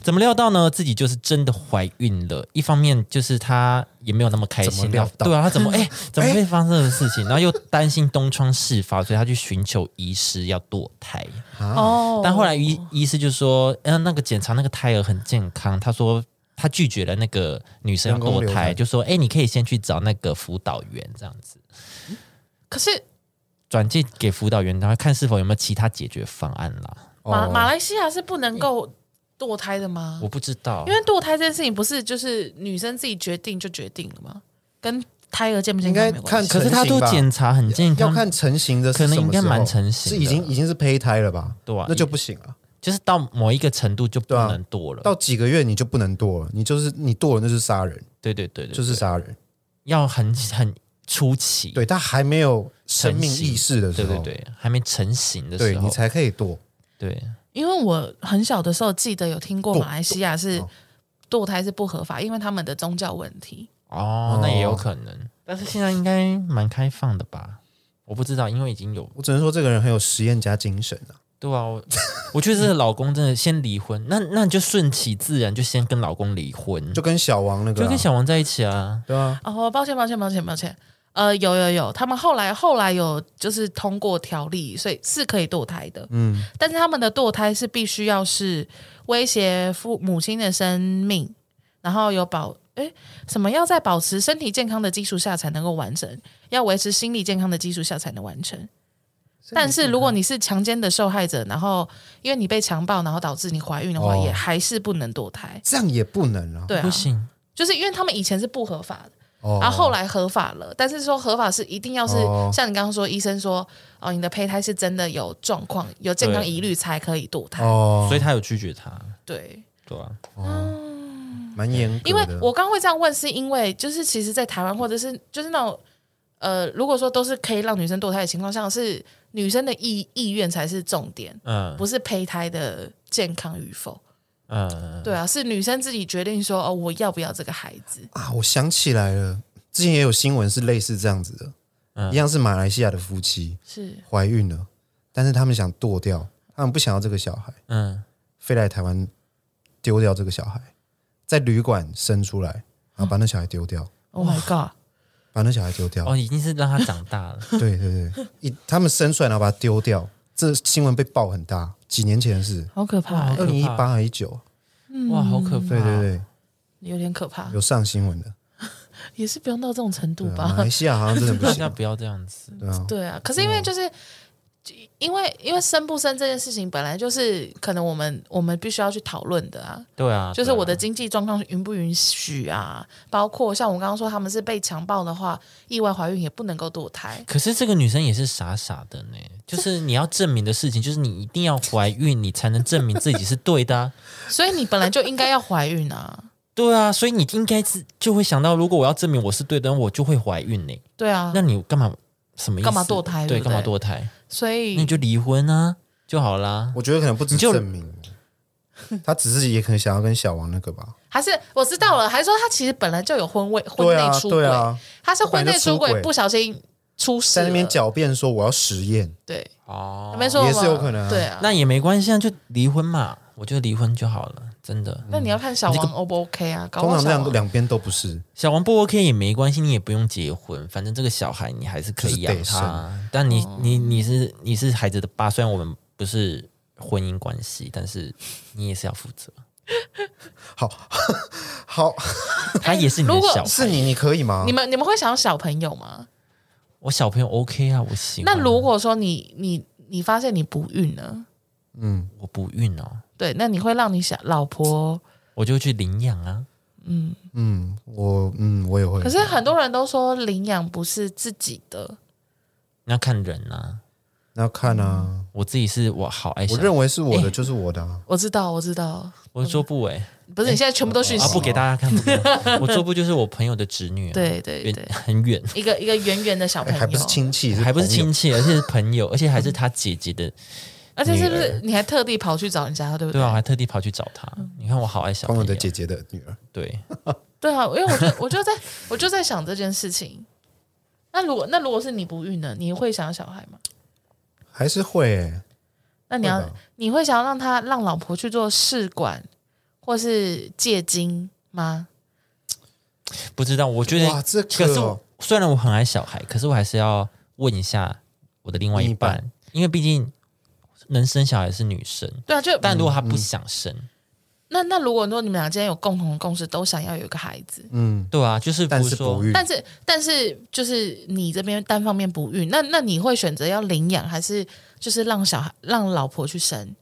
A: 怎么料到呢？自己就是真的怀孕了，一方面就是她也没有那么开
C: 怎
A: 心，
C: 么料到
A: 对啊，她
C: <laughs>
A: 怎么哎、怎么会发生这种事情？然后又担心东窗事发，所以她去寻求医师要堕胎。
B: 哦
A: 但后来医医师就说，嗯、那个检查那个胎儿很健康，他说他拒绝了那个女生要
C: 人工
A: 堕
C: 流
A: 胎，
C: 产
A: 就说，哎、你可以先去找那个辅导员这样子，
B: 可是
A: 转介给辅导员，然后看是否有没有其他解决方案啦。
B: 马
C: 哦
B: 马来西亚是不能够堕胎的吗？
A: 我不知道
B: 因，为堕胎这件事情不是就是女生自己决定就决定了吗？跟胎儿健不健
C: 应
B: 康
C: 该
B: 没关
C: 看
B: 系。
A: 可是他都
C: 成型吧
A: 检查很健
C: 要
A: 康，
C: 看成型的是
A: 可能
C: 什么
A: 应该
C: 时候
A: 蛮成型
C: 是
A: 的
C: 已经已经是胚胎了吧？
A: 对啊
C: 那就不行了。
A: 就是到某一个程度就不
C: 对啊
A: 能剁了。
C: 到几个月你就不能剁了，你就是你剁了那就是杀人，
A: 对对对对，
C: 就是杀人。
A: 要很很出奇，
C: 对，他还没有
A: 成
C: 生命
A: 型
C: 意识的时
A: 对
C: 候，
A: 对对，还没成型的
C: 对
A: 时候，
C: 你才可以剁。
A: 对
B: 因为我很小的时候记得有听过
C: 堕
B: 马来西亚是
C: 哦
B: 堕胎是不合法，因为他们的宗教问题。
A: 哦，那也有可能，但是现在应该蛮开放的吧？我不知道，因为已经
C: <laughs>
A: 有
C: 我只能说这个人很有实验家精神啊。
A: 对啊，我我觉得这个老公真的先离婚，那那你就顺其自然，就先跟老公离婚，
C: 就
A: 就
C: 跟小王那个啊、
A: 跟小王在一起啊。
C: 对啊，
B: 哦，抱歉，抱歉，抱歉，抱歉。呃，有有有，他们后来后来有就是通过条例，所以是可以堕胎的。
C: 嗯，
B: 但是他们的堕胎是必须要是威胁父母亲的生命，然后有保诶什么要在保持身体健康的基础下才能够完成，要维持心理健康的基础下才能完成。但是如果你是强奸的受害者，然后因为你被强暴，然后导致你怀孕的话，
C: 哦
B: 也还是不能堕胎。
C: 这样也不能啊。
B: 对啊
A: 不，行，
B: 就是因为他们以前是不合法的，
C: 哦，
B: 然后后来合法了，但是说合法是一定要是、
C: 哦
B: 像你刚刚说，医生说哦，你的胚胎是真的有状况、有健康
A: 对
B: 疑虑才可以堕胎。
C: 哦，
A: 所以他有拒绝他，
B: 对，
A: 对啊，
C: 蛮严格的。
B: 因为我刚刚会这样问，是因为就是其实，在台湾或者是就是那种呃，如果说都是可以让女生堕胎的情况下，是女生的意意愿才是重点，
A: 嗯
B: 不是胚胎的健康与否。
A: 嗯，
B: 对啊，是女生自己决定说哦，我要不要这个孩子？
C: 啊，我想起来了，之前也有新闻是类似这样子的，
A: 嗯
C: 一样是马来西亚的夫妻
B: 是
C: 怀孕了，但是他们想剁掉，他们不想要这个小孩，
A: 嗯，
C: 飞来台湾丢掉这个小孩，在旅馆生出来，然后把那小孩丢掉，
B: Oh
C: <laughs>
B: my god！
C: 把那小孩丢掉。
A: 哦，已经是让他长大
C: <laughs>
A: 了，
C: 对对对，一他们生出来然后把它丢掉，这新闻被爆很大，几年前的事，
B: 好可怕、
A: 可怕
C: 二零一八还一九，
A: 哇，好可怕，
C: 对对对，
B: 有点可怕，
C: 有上新闻的。
B: 也是不用到这种程度
C: 对啊
B: 吧
C: 马？来西亚好像真的不
A: 大
C: 行
A: 家，不要这样子，
C: 对啊，
B: 对啊，可是因为就是。因为因为生不生这件事情本来就是可能我们我们必须要去讨论的啊，
A: 对啊，
B: 就是
A: 对啊
B: 我的经济状况允不允许啊？包括像我刚刚说他们是被强暴的话，意外怀孕也不能够堕胎。
A: 可是这个女生也是傻傻的
B: <laughs>
A: 呢，就是你要证明的事情，就是你一定要怀孕，你才能证明自己是对的、
B: <laughs>
A: 啊。
B: 所以你本来就应该要怀孕
C: <laughs>
B: 啊，
A: 对啊，所以你应该是就会想到，如果我要证明我是对的，我就会怀孕呢。
B: 对啊
A: 那，你干嘛什么意思？
B: 干嘛堕胎
A: 对，
B: 对不嗯
A: 干
B: 对
A: 嘛堕胎？
B: 所
A: 那你
B: 以
A: 就离婚啊，就好啦。
C: 我觉得可能不止
A: 你就
C: 证明，他只是也可能想要跟小王那个吧。
B: 还是我知道了，还说他其实本来就有婚外婚
C: 对啊
B: 内，出轨，
C: 对啊，
B: 他是婚内出
C: 本来就出
B: 轨
C: 轨
B: 不小心出事
C: 在那边
B: 了，
C: 狡辩说我要实验，
B: 对，
A: 哦
B: 那边说
C: 也是
B: 我们
C: 有可能啊
B: 对啊。
A: 那也没关系，啊，就离婚嘛。我觉得离婚就好了，真的。
B: 那你要看小王 O 不 OK 啊？搞不
C: 通
B: 好
C: 常
B: 小
C: 两
B: 王
C: 两边都不是。
A: 小王不 OK 也没关系，你也不用结婚，反正这个小孩你还是可以养
C: 就是得
A: 他啊。
C: 生
A: 但你
B: 哦
A: 你你是你是孩子的爸，虽然我们不是婚姻关系，但是你也是要负
B: <laughs>
A: 责。
C: 好， <laughs> 好，
A: 他也是你的
B: 如果
A: 小
C: 是
A: 孩，
C: 你，你可以吗
B: 你？们你们会想要小朋友吗？
A: 我小朋友 OK 啊，我喜欢
B: 那
A: 啊。
B: 如果说你你你发现你不孕呢？
C: 嗯，
A: 我不孕哦，
B: 对，那你会让你小老婆？
A: 我就去领养啊。
C: 嗯，我嗯，我也会
B: 可。是很多人都说领养不是自己的，
A: 那看人啊，
C: 那看啊，
A: 我自己是我好爱小
C: 我
A: 孩，
C: 认为是我的就是我的啊。
B: 我知道，我知道，
A: 我是桌布哎、
B: 不是你现在全部都讯
A: 啊
B: 息
A: 不，给大家看，不给大家
B: <laughs>
A: 看我桌布就是我朋友的侄女、啊，
B: 对对
A: 远，
B: 对，
A: 很远，
B: 一个一个圆圆的小朋
C: 哎，
B: 友，
C: 还不是亲戚，
A: 还不是
C: 朋友
A: 亲，戚，而且是朋友，而且还是他姐姐的，
B: 而且是不
A: 女
B: 是你还特地跑去找人家，对不
A: 对
B: 对？嗯
A: 啊，我还特地跑去找他。你看我好爱小
C: 朋
A: 朋友
C: 友的姐姐的女儿。
A: 对，
B: 对啊，因为我就我就在我就在想这件事情。那如果那如果是你不孕呢？你会想要小孩吗？
C: 还是会、欸，
B: 那你要
C: 会吧
B: 你会想要让他让老婆去做试管或是借精吗？
A: 不知道，我觉
C: 哇
A: 得，
C: 这个
A: 可是我虽然我很爱小孩，可是我还是要问一下我的另外一半，因
C: 另
A: 为毕竟能生小孩是女生，
B: 对啊，就
A: 但
C: 嗯
A: 如果她不想生，
B: 那那如果说你们俩今天有共同的共识，都想要有一个孩子，
C: 嗯，
A: 对啊，就是
C: 但
A: 不
C: 是
A: 说
C: 不育，
B: 但是但是就是你这边单方面不孕，那那你会选择要领养还是就是让小孩让老婆去生？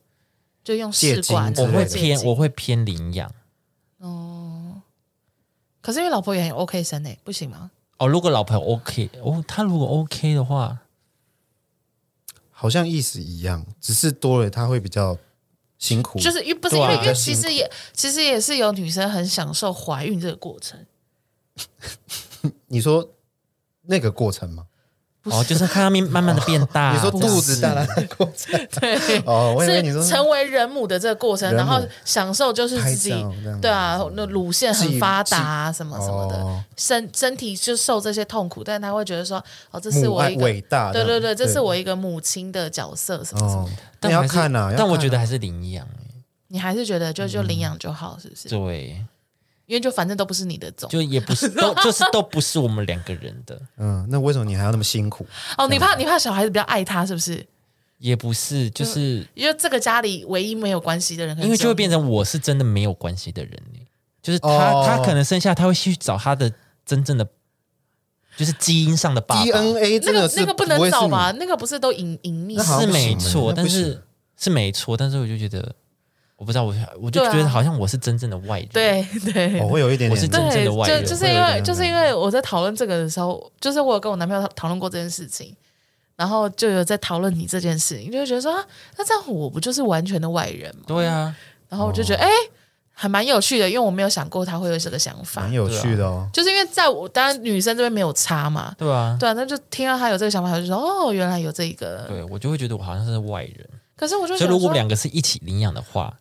B: 就用
C: 借
B: 试管
C: 精
A: 我
C: 之类
A: 会
C: 的
B: 借
A: 偏
B: 精
A: 我会偏领养
B: 哦。可是因为老婆也很 OK 生诶、不行吗？
A: 哦。如果老婆 OK，哦，他如果 OK 的话，
C: 好像意思一样，只是多了他会比较辛苦，
B: 就是因为不是、
A: 对
B: 因
A: 啊
B: 为因为
C: 比较
B: 其
C: 辛苦
B: 实也其实也是有女生很享受怀孕这个过
C: <laughs>
B: 程，
C: 你说那个过程吗？
B: 不是
A: 哦，就是看他们慢慢的变大，
C: <laughs> 你说
A: 啊这样
C: 肚
A: 子
C: 子大了的
B: <laughs>
C: 过程？
B: 对，
C: 哦，我以为你说
B: 是成为人母的这个过程，
C: 人
B: 然
C: 母
B: 后享受就是自己
C: 拍照这样子
B: 对啊，那乳腺很发达啊，什么什么的，
C: 哦，
B: 身身体就受这些痛苦，但他会觉得说，哦，这是
C: 母
B: 我
C: 爱
B: 一个。
C: 伟大这
B: 对
C: 样，
B: 对对，这是我一个母亲的角色，什么什么，
C: 哦，
A: 但
C: 你
A: 我
C: 要
A: 还是
C: 看呐，要
A: 但我
C: 看
A: 觉得
C: 啊
A: 还是领养欸，
B: 你还是觉得就就领养就好，是不
C: 嗯
B: 是？
A: 对，
B: 因为就反正都不是你的种
A: 就也不是都就是都不是我们两个人的，
C: 嗯，那为什么你还要那么辛苦？
B: 哦，你怕你怕小孩子比较爱他，是不是？
A: 也不是，就是
B: 因为这个家里唯一没有关系的人，可能
A: 因为
B: 只有
A: 就会变
B: 你
A: 成我是真的没有关系的人欸就是他、
C: 哦
A: 他可能生下他会去找他的真正的，就是基因上的爸爸
B: 那
C: DNA 真的
B: 个
C: 是
B: 那个
C: 不
B: 不能
C: 会是
B: 找
C: 你
B: 吧？？那个不是都隐隐秘
C: 那好
A: 是
C: 像不行
A: 没
C: 欸
A: 错，
C: 那
A: 但
C: 不行
A: 是是没错，但是我就觉得我不知道，我我就
B: 对啊
A: 觉得好像我是真正的外人，
B: 对对，
C: 哦
B: 啊
C: 我会有一点
A: 我是
C: 点
A: 真正的外人
B: 就就是
C: 会有
B: 因
C: 一
B: 为
C: 点
A: 嗯
C: 那
B: 就是
C: 种
B: 因为我在讨论这个的时候，就是我有跟我男朋友讨讨论过这件事情，然后就有在讨论你这件事情，就会觉得说、啊，那这样我不就是完全的外人吗？
A: 对啊，
B: 然后我就觉得，哎、还蛮有趣的，因为我没有想过他会有这个想法
C: 蛮，有趣的哦。
B: 就是因为在我当然女生这边没有差嘛，
A: 对啊，
B: 对啊，那就听到他有这个想法，我就说哦，原来有这一个，
A: 对我就会觉得我好像是外人，
B: 可是我就
A: 所
B: 觉
A: 以
B: 得
A: 如果我们两个是一起领养的话，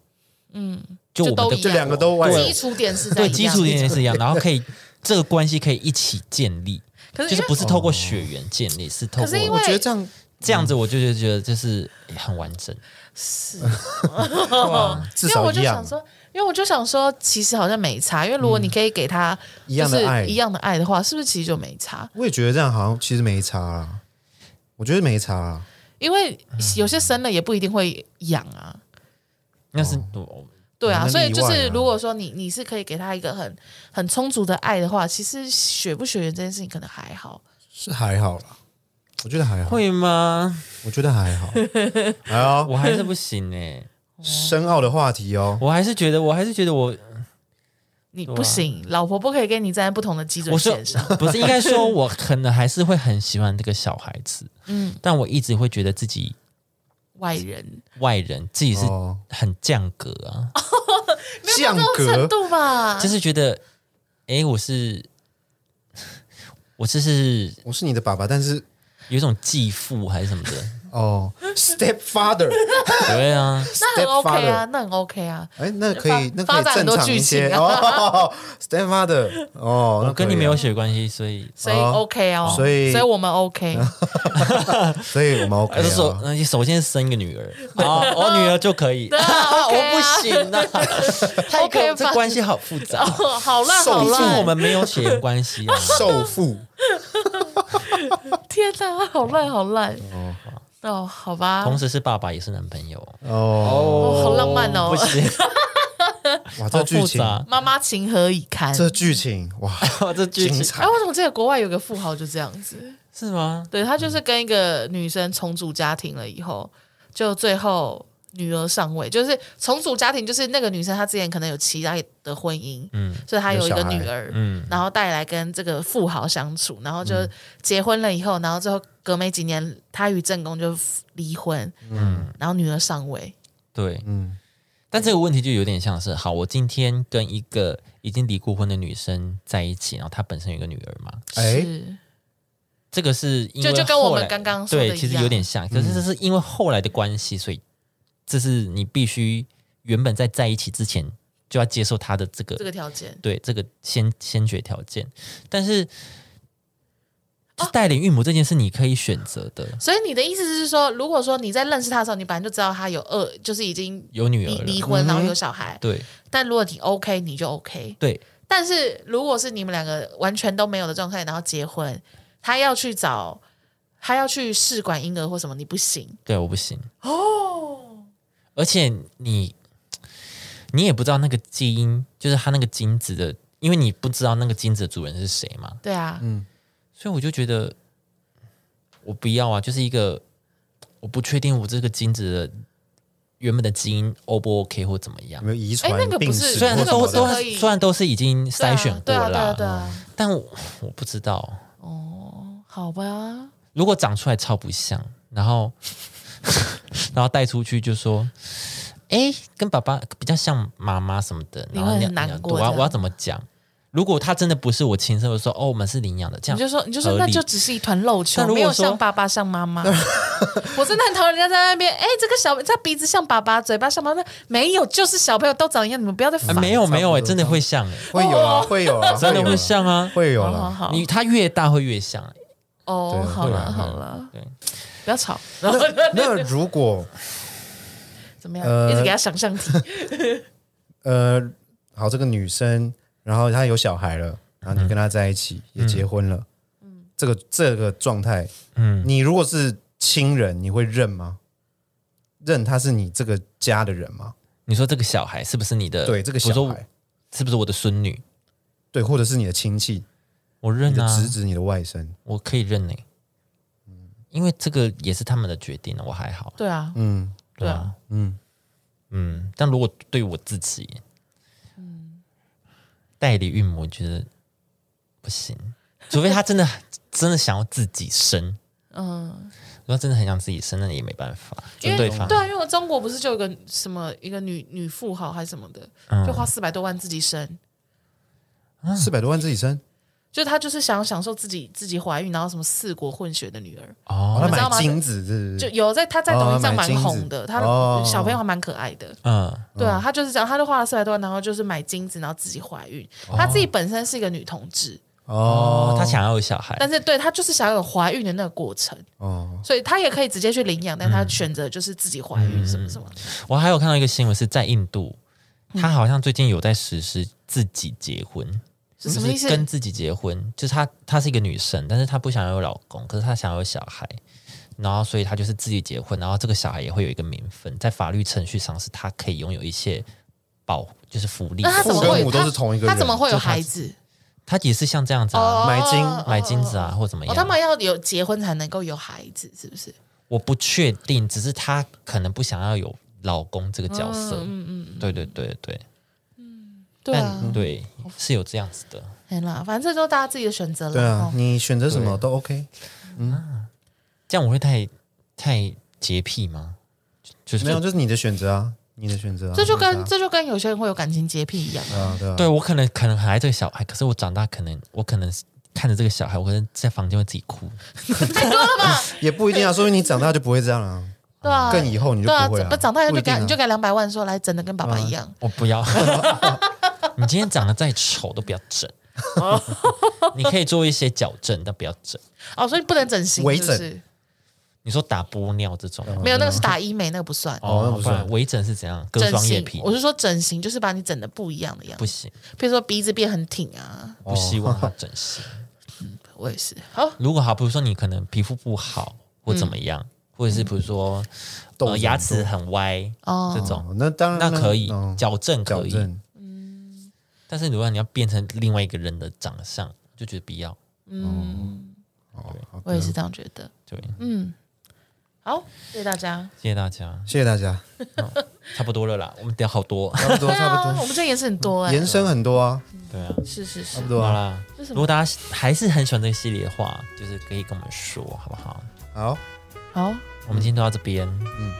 A: 嗯，就我们
B: 都
A: 的
B: 一
C: 就
B: 样
C: 两个都外人
B: 基础点是在
A: 对
B: 一样
A: 基础点也是一
B: <laughs>
A: 样，然后可以这个关系可以一起建立，
B: 可是
A: 就
B: 因
A: 是
B: 为
A: 不是透
C: 哦
A: 过血缘建立，是透
B: 可是因
A: 过
B: 为
C: 我觉得这样
A: 这样子，我就觉得觉得就是很完整。
C: 啊至
B: 嗯因为
C: 少
B: 我
C: 一
B: 就
C: 样
B: 想，说，因为我就想说，其实好像没差，因为
A: 嗯
B: 如果你可以给他
C: 一
B: 就
C: 样
B: 是
C: 的爱
B: 一。样的爱的话，是不是其实就没差？
C: 我也觉得这样好像其实没差啦，我觉得没差啦。
B: 因为有些生了也不一定会养啊，
A: 那是我
B: 对啊，
C: 那
B: 所以就
C: 例外
B: 是
C: 啊
B: 如果说你你是可以给他一个很很充足的爱的话，其实血不血缘这件事情可能还好。
C: 是还好啦，我觉得还好，
A: 会吗？
C: 我觉得还好。 <laughs> 哎呦，
A: 我还是不行哎、
C: 深奥的话题
A: <laughs>
C: 哦，
A: 我还是觉得，我还是觉得我，
B: 你
A: 对啊
B: 不行，老婆不可以跟你站在不同的基准
A: 我说
B: 线上。
A: 不是应该说，我可能还是会很喜欢这个小孩子，
B: 嗯，
A: 但我一直会觉得自己
B: 外人
A: 外人，自己是
C: 哦，
A: 很降格啊，
C: 降
B: 这种程
C: 格
B: 度吧，
A: 就是觉得，哎、我是我这是
C: 我是你的爸爸，但是
A: 有一种继父还是什么 <laughs> 的，
B: <laughs>
C: 哦，stepfather，
A: 对啊，
B: 那很 OK 啊
C: stepfather，
B: 那很 OK 啊。
C: 哎，那可以，那
B: 发
C: 可
B: 发
C: 以
B: 展很
C: 正
B: 多
C: 常一些
B: 剧情啊
C: 哦，stepfather，哦，那
A: 我跟你
C: 可以啊
A: 没有，血关系，所以。
B: 所以
C: 哦
B: OK 哦，
C: 所以
B: 所以我们
C: <laughs>
B: OK，
C: 所以我
A: <laughs>
C: 们 OK
A: 还是说，
C: 啊。
A: 嗯，首先生一个
B: <laughs>
A: 女儿，好，我女儿就可以，
B: 对啊，OK <laughs> 啊
A: 我不行啊，
B: <laughs>
A: 太
B: OK
A: 跟
B: 吧
A: 这关系好复杂，
B: 哦好啦
C: 受
B: 好
A: 毕
C: 尽
A: 竟
B: 啦
A: 我，们没有血缘关系
B: <laughs>
A: 啊。
C: 受父
B: 天哪，好烂好烂
C: 哦
B: 哦，好吧，
A: 同时是爸爸也是男朋友
C: 哦，
B: 哦好浪漫哦
A: 不 <laughs> 行，
C: 哇，这
A: 好
C: 剧
A: 复
C: 情，
A: 杂，
B: 妈妈情何以堪？
C: 这剧情，
B: <laughs>
C: 哇，
A: <laughs> 这剧
C: 精
A: 情
B: 哎，
C: 彩！
B: 我怎么记得国外有个富豪就这样子？
A: 是吗？
B: 对他就是跟一个女生重组家庭了以后，就最后女儿上位，就是重组家庭，就是那个女生她之前可能有其他的婚姻，
A: 嗯
B: 所以她有一
C: 有
B: 个
C: 小孩
B: 女儿，
A: 嗯，
B: 然后带来跟这个富豪相处，然后就结婚了以后，然后最后隔没几年，他与正宫就离婚，嗯，然后女儿上位，
A: 对，
C: 嗯，
A: 但这个问题就有点像是，好，我今天跟一个已经离过婚的女生在一起，然后她本身有一个女儿嘛，
C: 哎，
B: 是
A: 这个是因为
B: 就就跟我
A: 后
B: 们
A: 来
B: 刚刚说的一
A: 对，
B: 样，
A: 其实有点像，可是这是因为后来的关系，所以这是你必须原本在在一起之前就要接受她的这个
B: 这个条件，
A: 对这个先先决条件，但是。就带领孕母这件事，你可以选择的。
B: 所以你的意思是说，如果说你在认识他的时候，你本来就知道他有二，就是已经
A: 有女儿
B: 离
A: 了，
B: 离婚，
C: 嗯
B: 然后有小孩，
A: 对
B: 但如果你 OK，你就 OK。
A: 对，
B: 但是如果是你们两个完全都没有的状态，然后结婚，他要去找，他要去试管婴儿或什么，你不行
A: 对，我不行。
B: 哦。
A: 而且你，你也不知道那个基因，就是它那个精子的，因为你不知道那个精子的主人是谁嘛，
B: 对啊，
A: 嗯所以我就觉得我不要啊，就是一个我不确定我这个精子的原本的基因 O 不 OK 或怎么样
C: 有。没有遗传
B: 哎那个不
C: 病
B: 是
C: 史
A: 虽然
C: 或
B: 那
C: 什
B: 个
A: 都
C: 么
B: 不
C: 的？
A: 都
B: 可以
A: 虽然都是已经
B: 对啊
A: 筛选过
B: 对
A: 了
B: 啊，
A: 嗯
B: 对啊，
A: 啦，
B: 对啊，
A: 但我我不知道，嗯
B: 好吧，
A: 如果长出来超不像，然后 <laughs> 然后带出去就说，哎、跟爸爸比较像妈妈什么的，
B: 你
A: 然后
B: 会很
A: 那样
B: 难
A: 那样
B: 过
A: 我要
B: 这样
A: 我要怎么讲？如果他真的不是我亲生，我就说哦，我们是领养的，这
B: 你
A: 样
B: 就说你就说
A: 合
B: 那
A: 理
B: 就只是一团肉球
A: 但，如
B: 没
A: 果
B: 有
A: 说
B: 像爸爸像
A: <laughs>
B: 妈妈。我真的很讨厌人家在那边，哎，这个小这鼻子像爸爸，嘴巴像妈妈，没有，就是小朋友都长一样，你们不要再
A: 啊
B: 烦。
A: 没有没有、
C: 差不多
A: 哎，真的会像、哎
C: 会有啊，会有啊，
A: <laughs> 真的
C: 有
A: 会
C: 啦
A: 像啊。
C: 会有
B: 好
C: 啦
B: 好。哦好，
A: 你他越大会越像、哎嗯
B: 哦，
C: 对
B: 好
C: 会
B: 了
C: 啦
B: 好
A: 会啊
B: 了，
A: 对，
B: 不要吵，然后
C: 那那如果
B: 怎么样？
C: 呃
B: 一直给他
A: <laughs>
B: 想象题，
C: 呃，好，这个女生，然后她有小孩了，然后你跟她在一起，也结婚了，
B: 嗯
C: 这个这个状态，
A: 嗯，
C: 你如果是亲人，你会认吗？认他是你这个家的人吗？
A: 你说这个小孩是不是你的？
C: 对，这个
A: 呃我
C: 小
A: 说
C: 孩，
A: 是不是我的孙女？
C: 对，或者是你的亲戚、
A: 我
C: 你
A: 认
C: 的
A: 啊，
C: 侄子、你的外甥，
A: 我可以认呢、因为这个也是他们的决定了，我还好。
B: 对啊，
C: 嗯
B: 对啊，
C: 嗯，
A: 嗯，但如果对我自己，嗯，代理孕母，我觉得不行，除非他真的 <laughs> 真的想要自己生，
B: 嗯，
A: 如果真的很想自己生，那也没办法，
B: 因
A: 就
B: 为
A: 对方
B: 对啊，因为中国不是就有个什么一个女女富豪还是什么的，
A: 嗯
B: 就花四百多万自己生。
C: 四百多万自己生，
B: 就是她就是想要享受自己自己怀孕，然后什么四国混血的女儿，
A: 哦，
C: 哦他
B: 你知道吗
C: 买金子是不？
B: 就是有在她在
C: 哦
B: 抖音上
C: 买
B: 蛮
C: 金子
B: 红的，她
C: 哦
B: 小朋友还蛮可爱的。
A: 嗯
B: 对啊，她就是这样，她就花了四百多万，然后就是买精子，然后自己怀孕。她自己本身是一个女同志，
A: 哦
C: 哦，，
A: 他想要有小孩，
B: 但是对她就是想要有怀孕的那个过程，
C: 哦，
B: 所以她也可以直接去领养，但她选择就是自己怀
C: 嗯
B: 孕什么什么。
A: 我还有看到一个新闻是在印度，
B: 嗯
A: 他好像最近有在实施自己结婚，
B: 是什么意思
A: 就是跟自己结婚，就是她她是一个女生，但是她不想要有老公，可是她想要有小孩，然后所以她就是自己结婚，然后这个小孩也会有一个名分，在法律程序上是她可以拥有一些保，就是福利。
B: 那她怎么
C: 父
B: 会
C: 跟母都
B: 她
C: 是同一个
B: 她
C: 人
B: 怎么会有
A: 就她
B: 孩子？
A: 她也是像这样子
B: 哦
A: 啊，
C: 买金
A: 买金子啊，或怎么
B: 哦，
A: 样？
B: 他们要有结婚才能够有孩子，是不是？
A: 我不确定，只是她可能不想要有老公这个角色。
B: 嗯嗯嗯，
A: 对对对对，
B: 对啊，
A: 但对是有这样子的。
B: 没啦，反正这都大家自己的选择了。
C: 对啊
B: 哦，
C: 你选择什么都 OK，
A: 这样我会太太洁癖吗？就就是
C: 没有，就是你的选择啊，你的选择啊，
B: 这就
C: 你
B: 跟
C: 的啊
B: 这就跟有些人会有感情洁癖一
C: <laughs>
B: 样，
C: 对啊对啊，
A: 对我可能可能很爱这个小孩，可是我长大可能我可能看着这个小孩，我可能在房间会自己哭。
B: 太多了吧？
C: 也不一定啊，说明你长大就不会这样了，
B: 对啊，
C: 更以后你就
B: 对啊，
C: 不会
B: 怎么
C: 了，
B: 长大
C: 不
B: 就给
C: 一定
B: 他
C: 啊
B: 你就给两百万说来整的跟爸爸一样，
A: 我不要， <laughs> 你今天长得再丑都不要
B: <laughs>
A: 整。你可以做一些矫正，但不要整。
B: 哦，所以不能整形，
C: 微
B: 是不是？
A: 你说打玻尿这种，
B: 没有，
C: 嗯
B: 那个是打医美，那个不算。
C: 哦那不算
A: 然微整是怎样？割
B: 整
A: 双眼
B: 形
A: 皮，
B: 我是说整形，就是把你整的不一样的样
A: 不
B: 子，
A: 行，
B: 比如说鼻子变很挺啊，
C: 哦
A: 不希望
C: <laughs>
A: 他整形。
B: 我也是。好，
A: 如果好，比如说你可能皮肤不好或怎么样，或者是比如说
C: 嗯痘
A: 呃
C: 子
A: 牙
C: 很多
A: 齿很歪
B: 哦
A: 这种，
C: 哦，那当
A: 那
C: 然
A: 可以
C: 嗯
A: 矫正
C: 矫
A: 可以，
C: 正，
A: 但是如果你要变成另外一个人的长相，就觉得必要。
C: 哦好
B: 嗯我也是这样觉得。
A: 对，
C: 嗯
B: 好，谢谢大家。
A: 谢谢大家，
C: 谢谢大家，
A: 差不多了啦，我们聊好多。
C: <laughs> 差不多
B: 对
C: 差
B: 啊，
C: 不
B: 我们这也是很多
C: 多，
B: 哎、
C: 延伸很多啊，
A: 对啊，
B: 是是是
C: 差。不多
A: 好
C: 啊，
A: 啦，
B: 这是什
A: 如
B: 么
A: 果大家还是很喜欢这个系列的话，就是可以跟我们说，好不好？
C: 好，
B: 好，
A: 我们今天就到这边，嗯，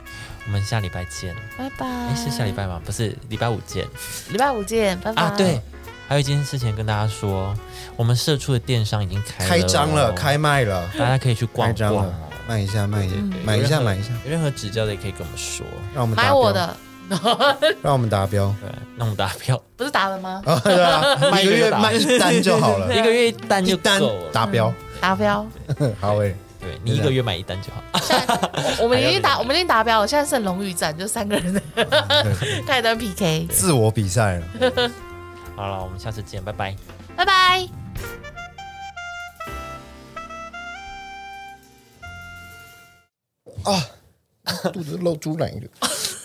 A: 我们下礼拜见。
B: 拜拜。
A: 哎，是下礼拜吗？不是，礼拜五见
B: 礼拜五见，拜拜。
C: 嗯
A: 啊。对，，还有一件事情跟大家说，我们社畜的电商已经开了
C: 开张了，
A: 哦
C: 开，卖了，
A: 大家可以去逛
C: 开张
A: 逛
C: 了
A: 哦。，
C: 卖一下卖一下
A: 对
C: 买一
A: 有任
C: 下
A: 何
C: 买一下，
A: 有任何指教的也可以跟我们说。
C: 让我们
B: 嗯
C: 达
B: 买
C: 标
B: 我，的，
C: 让我们达
A: <laughs>
C: 标
A: 对，那我们打票，
B: 不是打了吗？
C: 啊，对啊，
A: 卖
C: 一
A: 一
C: 个
A: 个
C: 月
A: 就达
C: 卖一单就好了，
A: 一个月一单 <laughs>
C: 啊一
A: 就
C: 单
A: 够了。
C: 达标，
B: 达标，
C: <laughs> 好诶，
A: 对你一个月买一单就好。啊 <laughs>
B: 我们已经
A: 还
B: 达，
A: 有
B: 我们已经达标了。现在剩荣誉战，就三
A: <laughs>
B: 个人在
C: 对
B: 开始在 PK，
C: 自我比赛了。
A: 好了，我们下次见，拜拜。
B: 拜拜。
C: 肚子露出来了。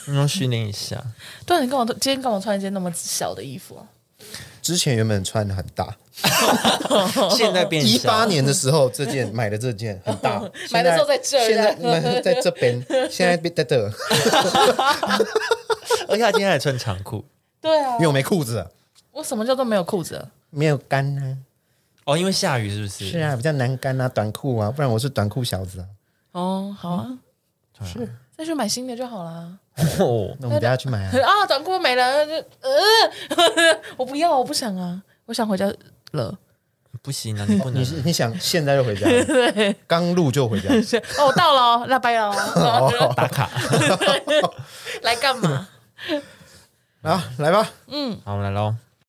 A: 你要训练一下。
B: 对，你跟我今天跟我穿一件那么小的衣服啊、，
C: <laughs> 之前原本穿的很大，
A: <laughs> 现在变
C: 一
A: 小
C: 八年的时候这件买的这件很大
B: <laughs> 买的时候在这儿
C: 现在现在买在这边，现在变在这，
A: 而且他今天还穿长裤
B: 对啊
C: 因，为我没裤子了，
B: 我什么叫做没有裤子了？
C: 没有干啊，
A: 哦，因为下雨是不是？
C: 是啊，比较难干啊，短裤啊，不然我是短裤小子啊。
B: 哦，好啊，是再去买新的就好啦。
A: 哦，
C: 那我们等一下去买啊。
B: <laughs> 啊，短裤没了，就呃， <laughs> 我不要，我不想啊，我想回家了。 <laughs>
A: 不行啊，你不能
C: 你。是你想现在就回家？对，刚录就回家。
B: 哦，我到了哦，那拜了 <laughs> 哦，
A: 打卡，
B: 来干嘛？
C: 啊，来吧，
A: 好，我们来喽。